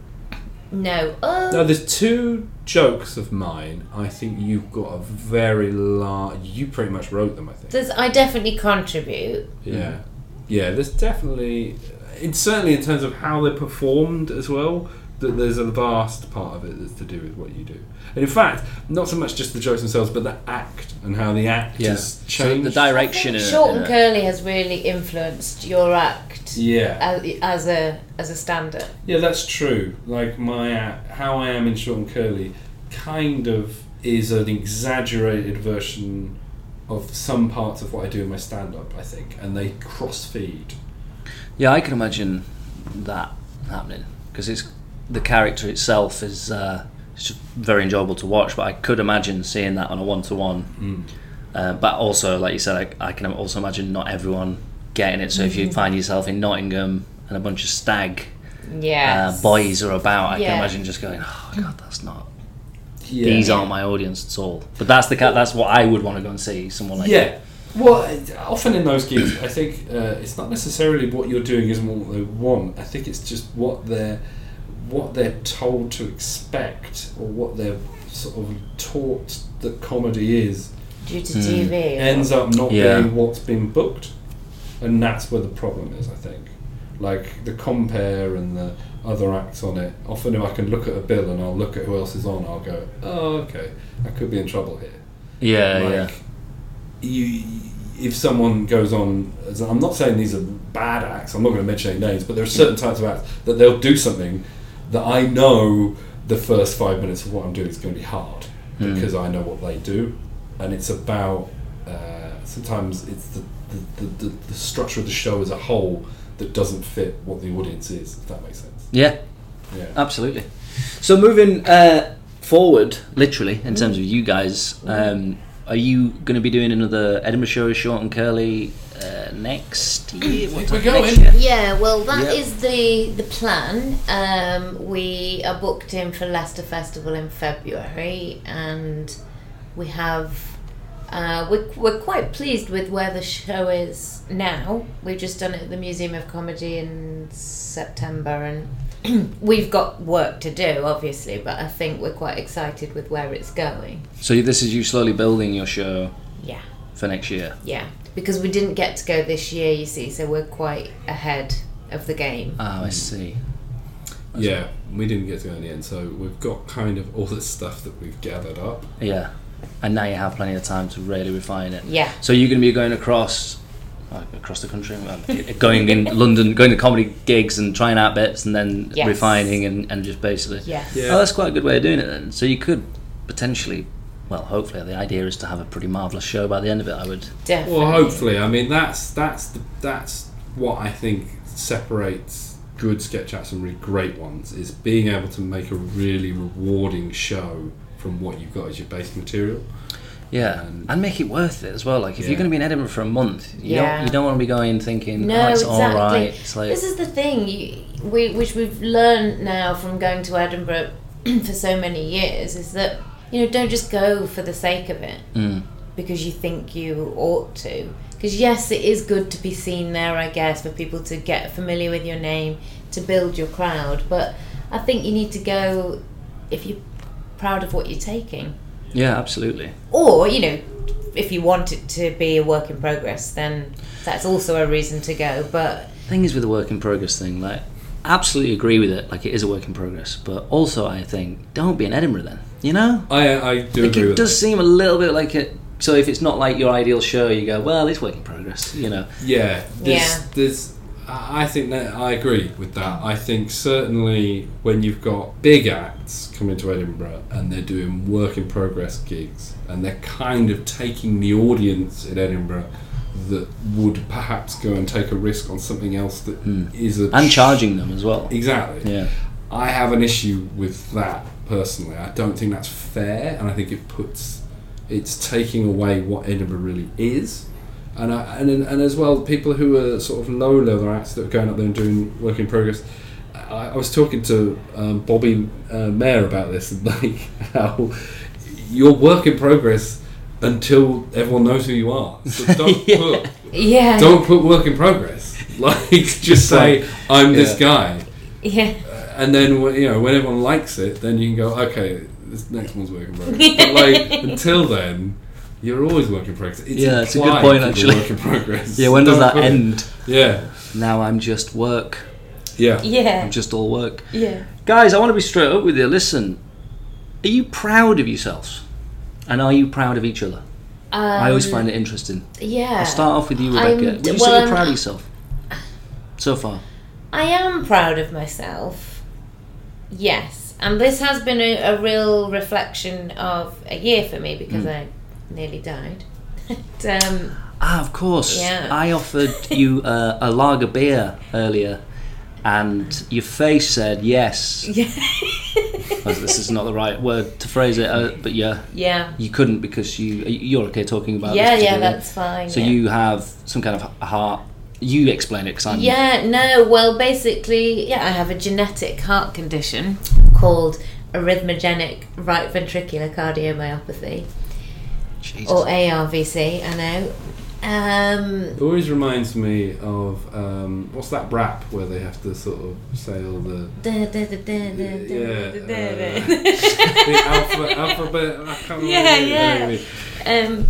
S4: No. Oh,
S3: Now, there's two jokes of mine. I think you've got a very large. You pretty much wrote them, I think.
S4: Does I definitely contribute?
S3: Yeah, yeah. There's definitely, it's certainly in terms of how they're performed as well. That there's a vast part of it that's to do with what you do, and in fact, not so much just the jokes themselves, but the act and how the act has
S1: So
S3: changed.
S1: the direction. in it-
S4: Short
S1: in
S4: and
S1: it.
S4: Curly has really influenced your act
S3: yeah,
S4: as, as a as a stand-up.
S3: yeah, that's true. Like my act, how I am in Short and Curly, kind of is an exaggerated version of some parts of what I do in my stand-up. I think, and they cross-feed.
S1: Yeah, I can imagine that happening because it's the character itself is uh, it's just very enjoyable to watch. But I could imagine seeing that on a one-to-one. Uh, but also, like you said, I, I can also imagine not everyone getting it. So if
S4: Mm-hmm.
S1: you find yourself in Nottingham and a bunch of stag
S4: Yes.
S1: uh, boys are about, I
S4: Yeah.
S1: can imagine just going, "Oh God, that's not."
S3: Yeah.
S1: These aren't my audience at all. But that's the ca- that's what I would want to go and see. Someone like
S3: yeah. Well, it- often in those gigs, I think uh, it's not necessarily what you're doing isn't what they want. I think it's just what they're what they're told to expect or what they're sort of taught that comedy is
S4: due to TV.
S3: ends up not
S1: Yeah.
S3: being what's been booked, and that's where the problem is. I think, like the compare and the other acts on it. Often, if I can look at a bill and I'll look at who else is on, I'll go, "Oh, okay, I could be in trouble here."
S1: yeah,
S3: like,
S1: yeah.
S3: You, if someone goes on, as- I'm not saying these are bad acts. I'm not going to mention any names, but there are certain types of acts that they'll do something that I know the first five minutes of what I'm doing is going to be hard because I know what they do, and it's about uh, sometimes it's the the, the, the the structure of the show as a whole that doesn't fit what the audience is. If that makes sense.
S1: yeah.
S3: Yeah.
S1: Absolutely. So moving uh, forward, literally in terms of you guys, um, are you going to be doing another Edinburgh show, Short and Curly, uh, next year? What
S3: We're
S1: time next
S3: going.
S1: year?
S4: Yeah, well, that
S1: Yep.
S4: is the the plan. Um, we are booked in for Leicester Festival in February, and we have uh, we're we're quite pleased with where the show is now. We've just done it at the Museum of Comedy in September, and we've got work to do, obviously. But I think we're quite excited with where it's going.
S1: So this is you slowly building your show
S4: Yeah.
S1: for next year.
S4: Yeah, because we didn't get to go this year, you see, so we're quite ahead of the game.
S1: Oh,
S3: Ah,
S1: I see.
S3: yeah, we didn't get to go in the end, so we've got kind of all this stuff that we've gathered up.
S1: Yeah, and now you have plenty of time to really refine it.
S4: Yeah.
S1: So you're going to be going across. uh, Across the country, uh, going in London, going to comedy gigs and trying out bits, and then
S4: Yes.
S1: refining and, and just basically
S4: Yes.
S3: Yeah.
S1: Oh, that's quite a good way of doing it then. So you could potentially, well, hopefully, the idea is to have a pretty marvellous show by the end of it, I would.
S4: Definitely.
S3: Well, hopefully. I mean, that's that's the, that's what I think separates good sketch acts from really great ones is being able to make a really rewarding show from what you've got as your base material.
S1: Yeah,
S3: And-
S1: and make it worth it as well. Like if
S3: Yeah.
S1: you're going to be in Edinburgh for a month, you
S4: Yeah.
S1: don't you don't want to be going thinking,
S4: No,
S1: oh, it's
S4: exactly.
S1: all right. It's like
S4: this is the thing, you, we, which we've learned now from going to Edinburgh for so many years, is that you know don't just go for the sake of it
S1: mm,
S4: because you think you ought to. Because yes, it is good to be seen there, I guess, for people to get familiar with your name, to build your crowd. But I think you need to go if you're proud of what you're taking,
S1: yeah, absolutely.
S4: or you know, if you want it to be a work in progress, then that's also a reason to go. But
S1: thing is with the work in progress thing, like absolutely agree with it. Like it is a work in progress, but also I think don't be in Edinburgh then. You know,
S3: I I do
S1: like
S3: agree
S1: it
S3: with
S1: does
S3: that.
S1: seem a little bit like it. So if it's not like your ideal show, you go, well, it's work in progress. You know,
S3: Yeah, there's,
S4: Yeah.
S3: there's. I I think that I agree with that. I think certainly when you've got big acts coming to Edinburgh and they're doing work in progress gigs and they're kind of taking the audience in Edinburgh that would perhaps go and take a risk on something else that is a
S1: Hmm. and charging them as well.
S3: e exactly.
S1: Yeah,
S3: I have an issue with that personally. I don't think that's fair, and I think it puts it's taking away what Edinburgh really is. And I, and and as well, people who are sort of low level acts that are going up there and doing work in progress. I, I was talking to um, Bobby uh, Mayer about this and like how your work in progress until everyone knows who you are. So don't put
S4: yeah,
S3: don't put work in progress. Like just say I'm this
S1: Yeah.
S3: guy
S4: yeah.
S3: and then wh- you know when everyone likes it, then you can go, okay, this next one's working progress. but like until then, you're always working progress. It's
S1: Yeah, it's a good
S3: implied
S1: point,
S3: that you're
S1: actually.
S3: Working progress.
S1: yeah. When does
S3: Don't
S1: that
S3: put it-
S1: end?
S3: Yeah,
S1: Now I'm just work.
S3: yeah.
S4: Yeah.
S1: I'm just all work.
S4: Yeah.
S1: Guys, I want to be straight up with you. Listen, are you proud of yourselves? And are you proud of each other?
S4: Um,
S1: I always find it interesting.
S4: Yeah.
S1: I'll start off with you,
S4: I'm-
S1: Rebecca. Would you
S4: well, um,
S1: say
S4: I'm-
S1: you're proud of yourself? So far.
S4: I am proud of myself. Yes. And this has been a, a real reflection of a year for me
S1: Hmm.
S4: because I nearly died. and, um,
S1: Ah, of course.
S4: Yeah.
S1: I offered you uh, a lager beer earlier, and your face said yes.
S4: yeah.
S1: Well, this is not the right word to phrase it, uh, but yeah,
S4: yeah.
S1: you couldn't because you you're okay talking about.
S4: Yeah,
S1: this
S4: yeah,
S1: particular-
S4: that's fine.
S1: So
S4: yeah.
S1: you have some kind of h- heart. You explain it because I'm
S4: Yeah, no, well, basically, yeah, I have a genetic heart condition called arrhythmogenic right ventricular cardiomyopathy,
S1: Jesus.
S4: or ARVC, I know. Um,
S3: It always reminds me of um, what's that rap where they have to sort of say all the, uh,
S4: da, da, da, da, da, da, da, da, da.
S3: the alpha, alphabet. I can't remember
S4: Yeah,
S3: the-
S4: yeah.
S3: anyway.
S4: Um,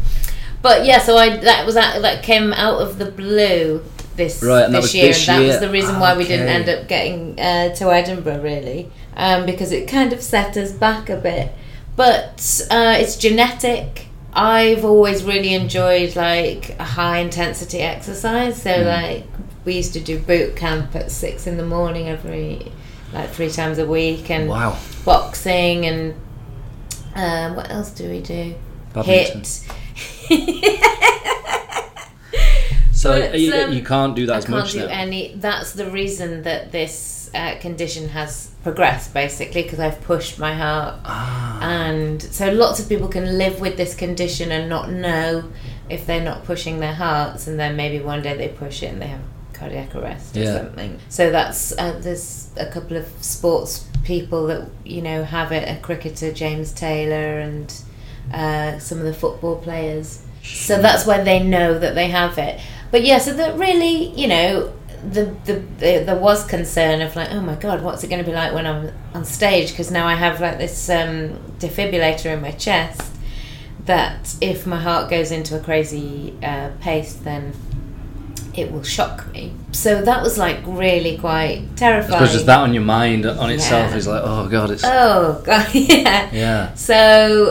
S4: but yeah, so I that was that, that came out of the blue this
S1: Right, and that
S4: this
S1: was
S4: year,
S1: this
S4: and that was
S1: year.
S4: the reason why we didn't
S1: Okay.
S4: end up getting uh, to Edinburgh really, um, because it kind of set us back a bit. But uh, it's genetic. I've always really enjoyed like a high intensity exercise. So
S1: Hmm.
S4: like we used to do boot camp at six in the morning every like three times a week, and
S1: Wow.
S4: boxing and um, what else do we do?
S1: Badminton.
S4: Hit.
S1: So
S4: But
S1: you,
S4: it's, um,
S1: you can't do that
S4: I
S1: as
S4: can't
S1: much
S4: do
S1: now.
S4: any. That's the reason that this uh, condition has progressed, basically, because I've pushed my heart.
S1: Ah.
S4: And so lots of people can live with this condition and not know if they're not pushing their hearts, and then maybe one day they push it and they have cardiac arrest or
S1: Yeah.
S4: something. So that's uh, there's a couple of sports people that you know have it. A cricketer, James Taylor, and uh, some of the football players. So that's when they know that they have it. But yeah, so that really, you know, the, the, the there was concern of like, oh my god, what's it going to be like when I'm on stage? Because now I have like this um, defibrillator in my chest that if my heart goes into a crazy uh, pace, then it will shock me. So that was like really quite terrifying.
S1: Because just that on your mind on itself
S4: Yeah.
S1: is like, oh god, it's
S4: Oh god, yeah.
S1: yeah.
S4: So,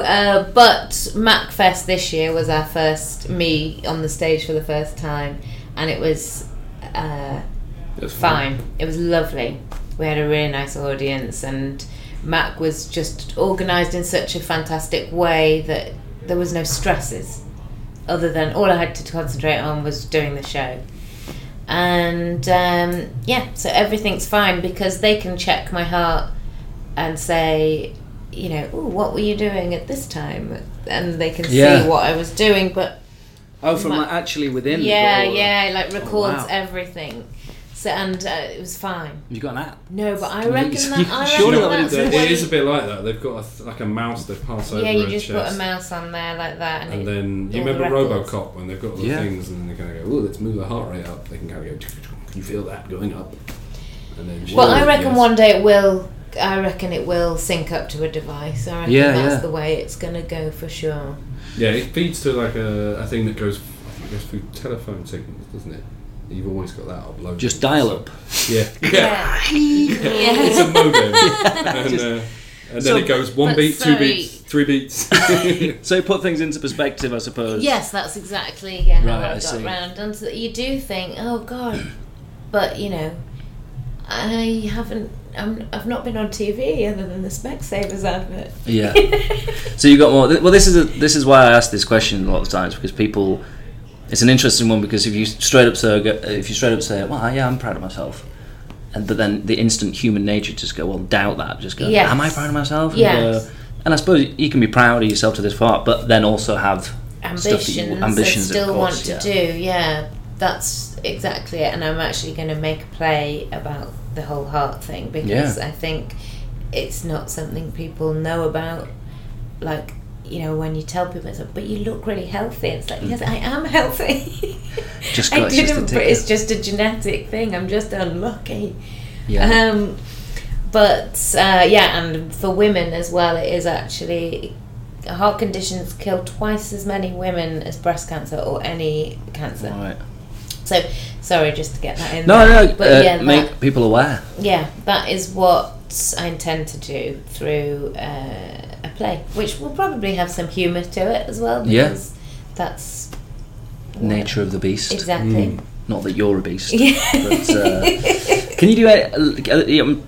S4: uh, but MacFest this year was our first me on the stage for the first time, and it was uh,
S3: That's
S4: fine. It was lovely. We had a really nice audience, and Mac was just organised in such a fantastic way that there was no stresses, other than all I had to concentrate on was doing the show. and um, yeah, so everything's fine because they can check my heart and say, you know, Ooh, what were you doing at this time, and they can
S1: Yeah.
S4: see what I was doing, but
S1: Oh, from
S4: My-
S1: like, actually within. the
S4: yeah,
S1: door.
S4: yeah, it, like records
S1: Oh, wow.
S4: everything. So and uh, it was fine.
S1: You got an app.
S4: No, but I
S1: You-
S4: reckon
S1: you-
S4: that I
S1: surely that
S4: reckon
S1: wouldn't
S4: that's
S1: do
S4: the
S1: it.
S4: way-
S3: It is a bit like that. They've got a, th- like a mouse they pass over
S4: yeah, you
S3: a
S4: just
S3: chest.
S4: put a mouse on there like that, and,
S3: And
S4: it,
S3: then you
S4: all the
S3: remember
S4: records.
S3: RoboCop when they've got all the
S1: Yeah.
S3: things and they kind of go, "Oh, let's move the heart rate up." They can kind of go, "Can you feel that going up?" And then
S4: well, I reckon
S3: yes.
S4: one day it will. I reckon it will sync up to a device. I reckon
S1: Yeah,
S4: that's
S1: yeah.
S4: the way it's gonna go for sure.
S3: Yeah, it feeds to like a, a thing that goes. I think it goes through telephone signals, doesn't it? You've always got that uploaded.
S1: Just dial up.
S3: Yeah.
S4: Yeah.
S3: it's a modem. and,
S1: Just-
S3: uh, and then
S1: So-
S3: it goes one
S4: But
S3: beat, two
S4: sorry.
S3: beats, three beats.
S1: So put things into perspective, I suppose.
S4: Yes, that's exactly yeah, how
S1: Right,
S4: I,
S1: I
S4: got
S1: see.
S4: round. And so you do think, oh god, but you know, I haven't. I'm, I've not been on TV other than the Specsavers advert.
S1: Yeah. So you got more. th- Well, this is a, this is why I ask this question a lot of times because people. It's an interesting one because if you straight up say go- if you straight up say, "Well, yeah, I'm proud of myself," and but then the instant human nature just go, "Well, doubt that." Just go,
S4: Yes.
S1: "Am I proud of myself?" And,
S4: Yes.
S1: go- and I suppose you can be proud of yourself to this part, but then also have stuff that you,
S4: ambitions,
S1: ambitions
S4: I still
S1: of course,
S4: want to
S1: yeah.
S4: do. Yeah, that's exactly it. And I'm actually going to make a play about the whole heart thing because
S1: Yeah.
S4: I think it's not something people know about. Like, you know, when you tell people, it's like, but you look really healthy. It's like, yes, I am healthy.
S1: Mm. Just
S4: I
S1: got- it's just a
S4: didn't, but
S1: ticket.
S4: it's just a genetic thing. I'm just unlucky.
S1: Yeah.
S4: Um, but uh, yeah, and for women as well, it is actually heart conditions kill twice as many women as breast cancer or any cancer.
S1: Right.
S4: So sorry, just to get that in.
S1: No,
S4: there.
S1: no.
S4: but
S1: uh,
S4: yeah,
S1: make
S4: that,
S1: people aware.
S4: yeah, that is what I intend to do through uh, a play, which will probably have some humour to it as well.
S1: Yeah.
S4: Because That's
S1: Nature of the beast.
S3: Mm.
S4: exactly.
S1: Not that you're a beast.
S4: Yeah.
S1: But, uh, can you do? A,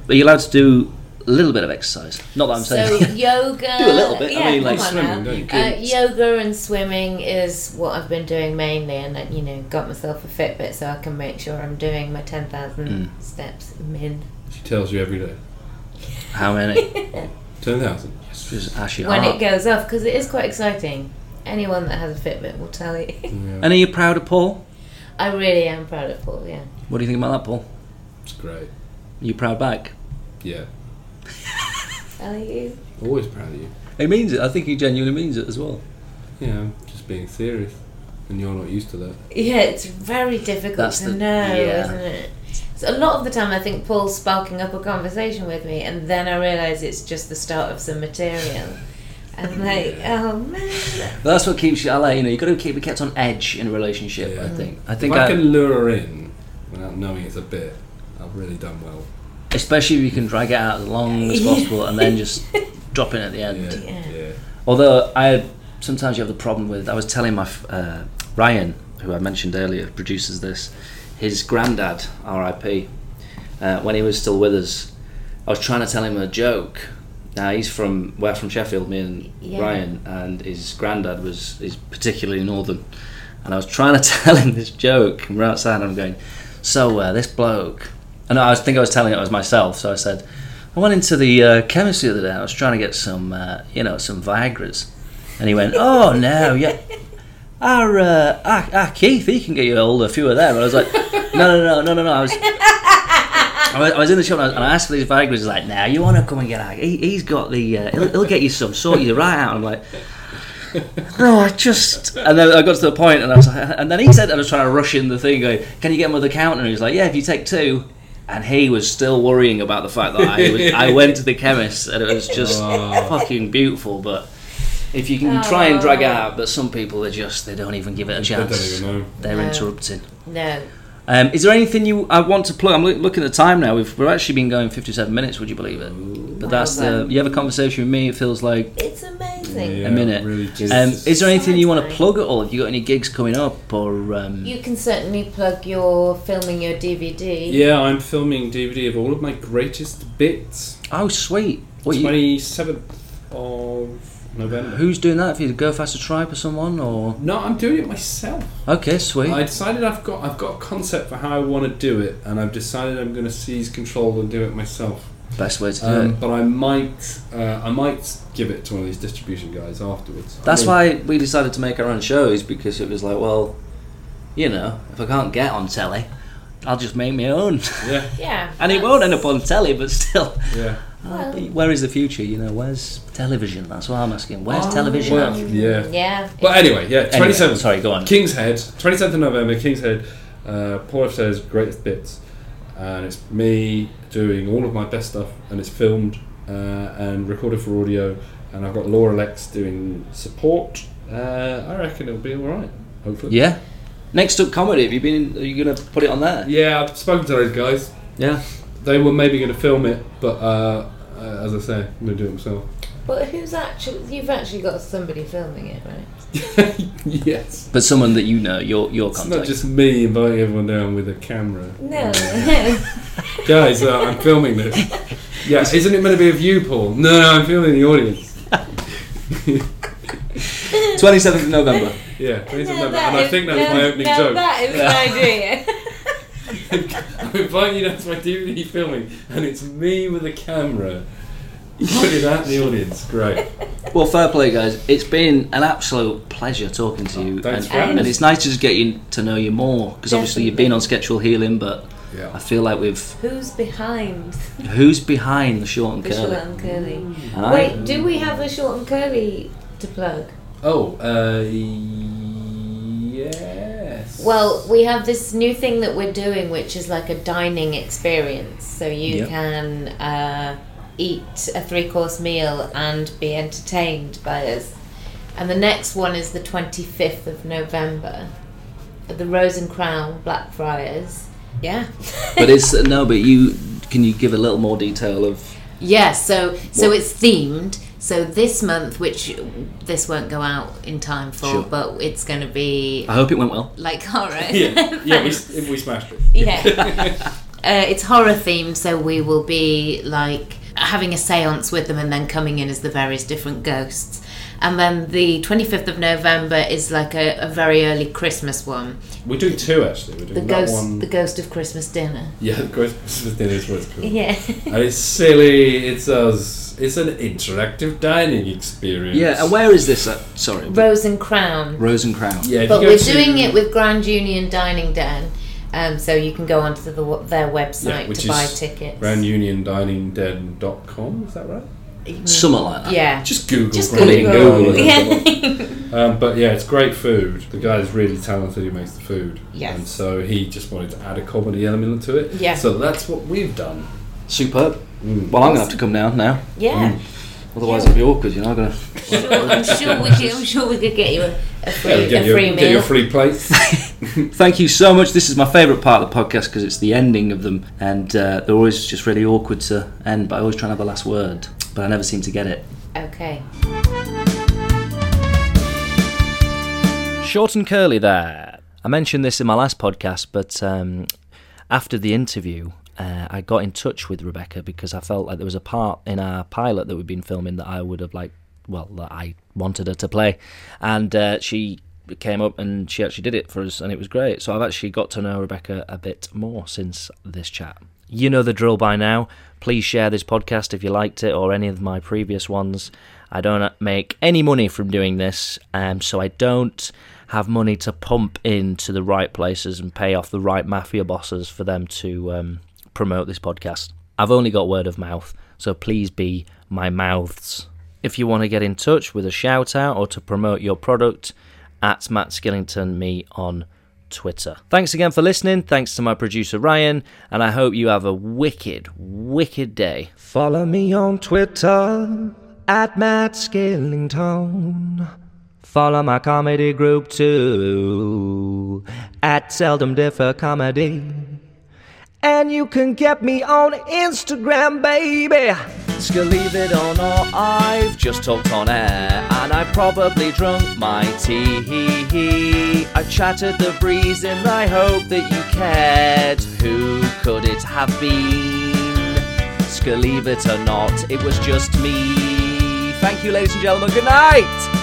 S1: are you allowed to do a little bit of exercise? Not that I'm
S4: So
S1: saying.
S4: yoga.
S1: Do a little bit. I
S4: Yeah,
S1: mean, like
S4: come on
S3: swimming,
S4: now.
S3: don't you?
S1: You
S4: Uh,
S1: can-
S4: yoga and swimming is what I've been doing mainly, and uh, you know, got myself a Fitbit so I can make sure I'm doing my ten thousand
S1: Hmm.
S4: steps min.
S3: she tells you every day.
S1: How many?
S3: Ten thousand. Yes.
S1: Just ask your
S4: When
S1: heart.
S4: it goes off, because it is quite exciting. Anyone that has a Fitbit will tell you.
S1: and are you proud of Paul?
S4: I really am proud of Paul. Yeah,
S1: What do you think about that, Paul?
S3: It's great.
S1: Are you proud back?
S3: Yeah.
S4: are you?
S3: Always proud of you.
S1: He means it. I think he genuinely means it as well.
S3: Yeah, I'm just being serious, and you're not used to that.
S4: Yeah, it's very difficult
S1: That's
S4: to
S1: the-
S4: know,
S1: yeah.
S4: isn't it? So a lot of the time, I think Paul's sparking up a conversation with me, and then I realise it's just the start of some material. And like, oh man,
S1: But that's what keeps you. I like you know you got to keep be kept on edge in a relationship. I
S3: Yeah.
S1: think. I
S3: If
S1: think.
S3: I
S1: I,
S3: can lure her in without knowing it's a bit, I've really done well.
S1: especially if you can drag it out as long as
S4: Yeah.
S1: possible and then just drop in at the end.
S3: Yeah.
S4: Yeah.
S3: Yeah.
S1: Although I sometimes you have the problem with. I was telling my f- uh, Ryan, who I mentioned earlier, produces this. His granddad, R.I.P. Uh, when he was still with us, I was trying to tell him a joke. Now he's from we're from Sheffield, me and
S4: Yeah.
S1: Ryan, and his granddad was is particularly northern. And I was trying to tell him this joke, and we're outside, and I'm going, so uh, this bloke, and I was, think I was telling it was myself, so I said, I went into the uh, chemist the other day. I was trying to get some, uh, you know, some Viagra's, and he went, "Oh no, yeah, our, uh, our, our Keith, he can get you all a few of them." And I was like, "No, no, no, no, no, no." I was, I was, I was in the shop and I, was, and I asked for these Viagra's. He's like, "Now nah, you want to come and get? Our, he, he's got the, uh, he'll, he'll get you some, sort you right out." And I'm like. No, I just and then I got to the point, and I was like, and then he said I was trying to rush in the thing, going, "Can you get another counter?" And he was like, "Yeah, if you take two. And he was still worrying about the fact that I was, I went to the chemist, and it was just fucking beautiful. But if you can try and drag it out, but some people are just they don't even give it a
S3: I
S1: chance.
S3: don't even know.
S1: They're
S4: No.
S1: interrupting.
S4: no.
S1: Um, is there anything you I want to plug? I'm loo- looking at the time now. We've, we've actually been going 57 minutes. Would you believe it? But that's the
S4: then.
S1: you have a conversation with me. It feels like
S4: It's amazing.
S3: Yeah,
S1: a minute.
S3: Really just,
S1: Um, is there anything you want to
S4: Sideline.
S1: plug at all? Have you got any gigs coming up or? Um,
S4: You can certainly plug your filming your DVD.
S3: yeah, I'm filming DVD of all of my greatest bits.
S1: oh, sweet. What you?
S3: Twenty seventh of November.
S1: Who's doing that? If you go faster tribe or someone, or
S3: No, I'm doing it myself.
S1: okay, sweet.
S3: I decided I've got I've got a concept for how I want to do it, and I've decided I'm going to seize control and do it myself.
S1: Best way to do
S3: Um,
S1: it.
S3: But I might uh, I might give it to one of these distribution guys afterwards.
S1: That's
S3: I mean,
S1: why we decided to make our own shows because it was like, well, you know, if I can't get on telly, I'll just make my own,
S3: Yeah,
S4: Yeah.
S1: and it
S4: that's-
S1: won't end up on telly. But still,
S3: yeah.
S4: Well.
S1: where is the future? You know, where's television? That's what I'm asking. Where's
S3: Oh,
S1: television?
S3: well, yeah.
S4: Yeah.
S3: But anyway, yeah.
S1: Anyway,
S3: Twenty seventh.
S1: sorry, go on.
S3: King's Head. Twenty seventh of November. King's Head. Uh, Paul F. says greatest bits, and it's me doing all of my best stuff, and it's filmed uh, and recorded for audio, and I've got Laura Lex doing support. Uh, I reckon it'll be all right. Hopefully.
S1: Yeah. Next up, comedy. Have you been? Are you gonna put it on there?
S3: Yeah, I've spoken to those guys.
S1: Yeah.
S3: They were maybe going to film it, but uh, uh, as I say, I'm going to do it myself.
S4: But who's actually? You've actually got somebody filming it, right?
S3: yes.
S1: But someone that you know, your your
S3: It's
S1: contact.
S3: not just me inviting everyone down with a camera.
S4: No.
S3: Guys, uh, I'm filming this. Yeah, isn't it meant to be of you, Paul? No, no, I'm filming the audience.
S1: 27th of November.
S3: Yeah, please
S4: No,
S3: remember. and I
S4: is-
S3: think that was
S4: no,
S3: my opening
S4: no,
S3: joke.
S4: That is my idea.
S3: I'm inviting you down to my DVD filming, and it's me with a camera. Pointed at the audience. Great.
S1: Well, fair play, guys. It's been an absolute pleasure talking to you,
S3: Oh, thanks
S1: and,
S3: for having
S1: and
S3: us.
S1: it's nice to just get you to know you more because obviously you've been on Schedule Healing, but I
S3: Yeah.
S1: feel like we've
S4: Who's behind
S1: who's behind the short and
S4: the short
S1: curly.
S4: and curly?
S1: And I-
S4: Wait, do we have a short and curly to plug?
S3: Oh, uh, yes.
S4: Well, we have this new thing that we're doing, which is like a dining experience. So you
S1: Yep.
S4: can uh, eat a three course meal and be entertained by us. And the next one is the 25th of November at the Rose and Crown, Blackfriars. Yeah.
S1: but it's no, but you can you give a little more detail of
S4: Yeah, so so it's themed. So this month, which this won't go out in time for,
S1: Sure.
S4: but it's going to be
S1: I hope it went well.
S4: like horror.
S3: yeah, yeah we, s- we smashed it.
S4: yeah. uh, it's horror themed, so we will be like having a séance with them and then coming in as the various different ghosts. And then the 25th of November is like a, a very early Christmas one.
S3: We're doing two actually. We're doing
S4: The
S3: that
S4: ghost,
S3: one.
S4: the ghost of Christmas dinner.
S3: yeah, the ghost Christmas dinner is what it's called.
S4: Yeah.
S3: And it's silly. It's us. It's an interactive dining experience.
S1: Yeah, and where is this at? Sorry,
S4: Rose and Crown.
S1: Rose and Crown.
S3: Yeah, if
S4: But
S3: you go
S4: we're
S3: to-
S4: doing it with Grand Union Dining Den, um, so you can go onto the, their
S3: Yeah,
S4: website
S3: which
S4: to buy
S3: is
S4: tickets.
S3: GrandUnionDiningDen.com, is that right?
S1: something like that.
S4: yeah.
S3: Just Google
S4: Just
S3: Grand
S1: Google.
S3: Union Dining.
S4: yeah.
S3: Um, but yeah, it's great food. The guy's really talented who makes the food.
S4: Yes.
S3: And so he just wanted to add a comedy element to it.
S4: Yeah.
S3: So that's what we've done. Mm.
S1: superb. Well, I'm gonna have to come down now,
S4: yeah.
S1: otherwise it'll be awkward. You know, I'm gonna.
S4: Sure, I'm sure we could, I'm sure we could get you a, a free,
S3: Yeah, get,
S4: a
S3: your,
S4: free
S3: get
S4: meal.
S3: your free plate.
S1: Thank you so much. This is my favourite part of the podcast because it's the ending of them, and uh, they're always just really awkward to end. But I always try and have the last word, but I never seem to get it.
S4: okay.
S5: Short and curly there. I mentioned this in my last podcast, but um, after the interview, uh, I got in touch with Rebecca because I felt like there was a part in our pilot that we'd been filming that I would have like, well, that I wanted her to play, and uh, she came up and she actually did it for us, and it was great. So I've actually got to know Rebecca a bit more since this chat. You know the drill by now. Please share this podcast if you liked it or any of my previous ones. I don't make any money from doing this, um, so I don't have money to pump into the right places and pay off the right mafia bosses for them to um, promote this podcast. I've only got word of mouth, so please be my mouths. If you want to get in touch with a shout out or to promote your product, at Matt Skillington, me on Twitter. Thanks again for listening. Thanks to my producer Ryan, and I hope you have a wicked, wicked day. Follow me on Twitter at Matt Skillington. Follow my comedy group too at Seldom Differ Comedy. And you can get me on Instagram, baby. Believe it or not, I've just talked on air, and I've probably drunk my tea. I chattered the breeze, and I hope that you cared. Who could it have been? Believe it or not, it was just me.
S1: Thank you, ladies and gentlemen. Good night.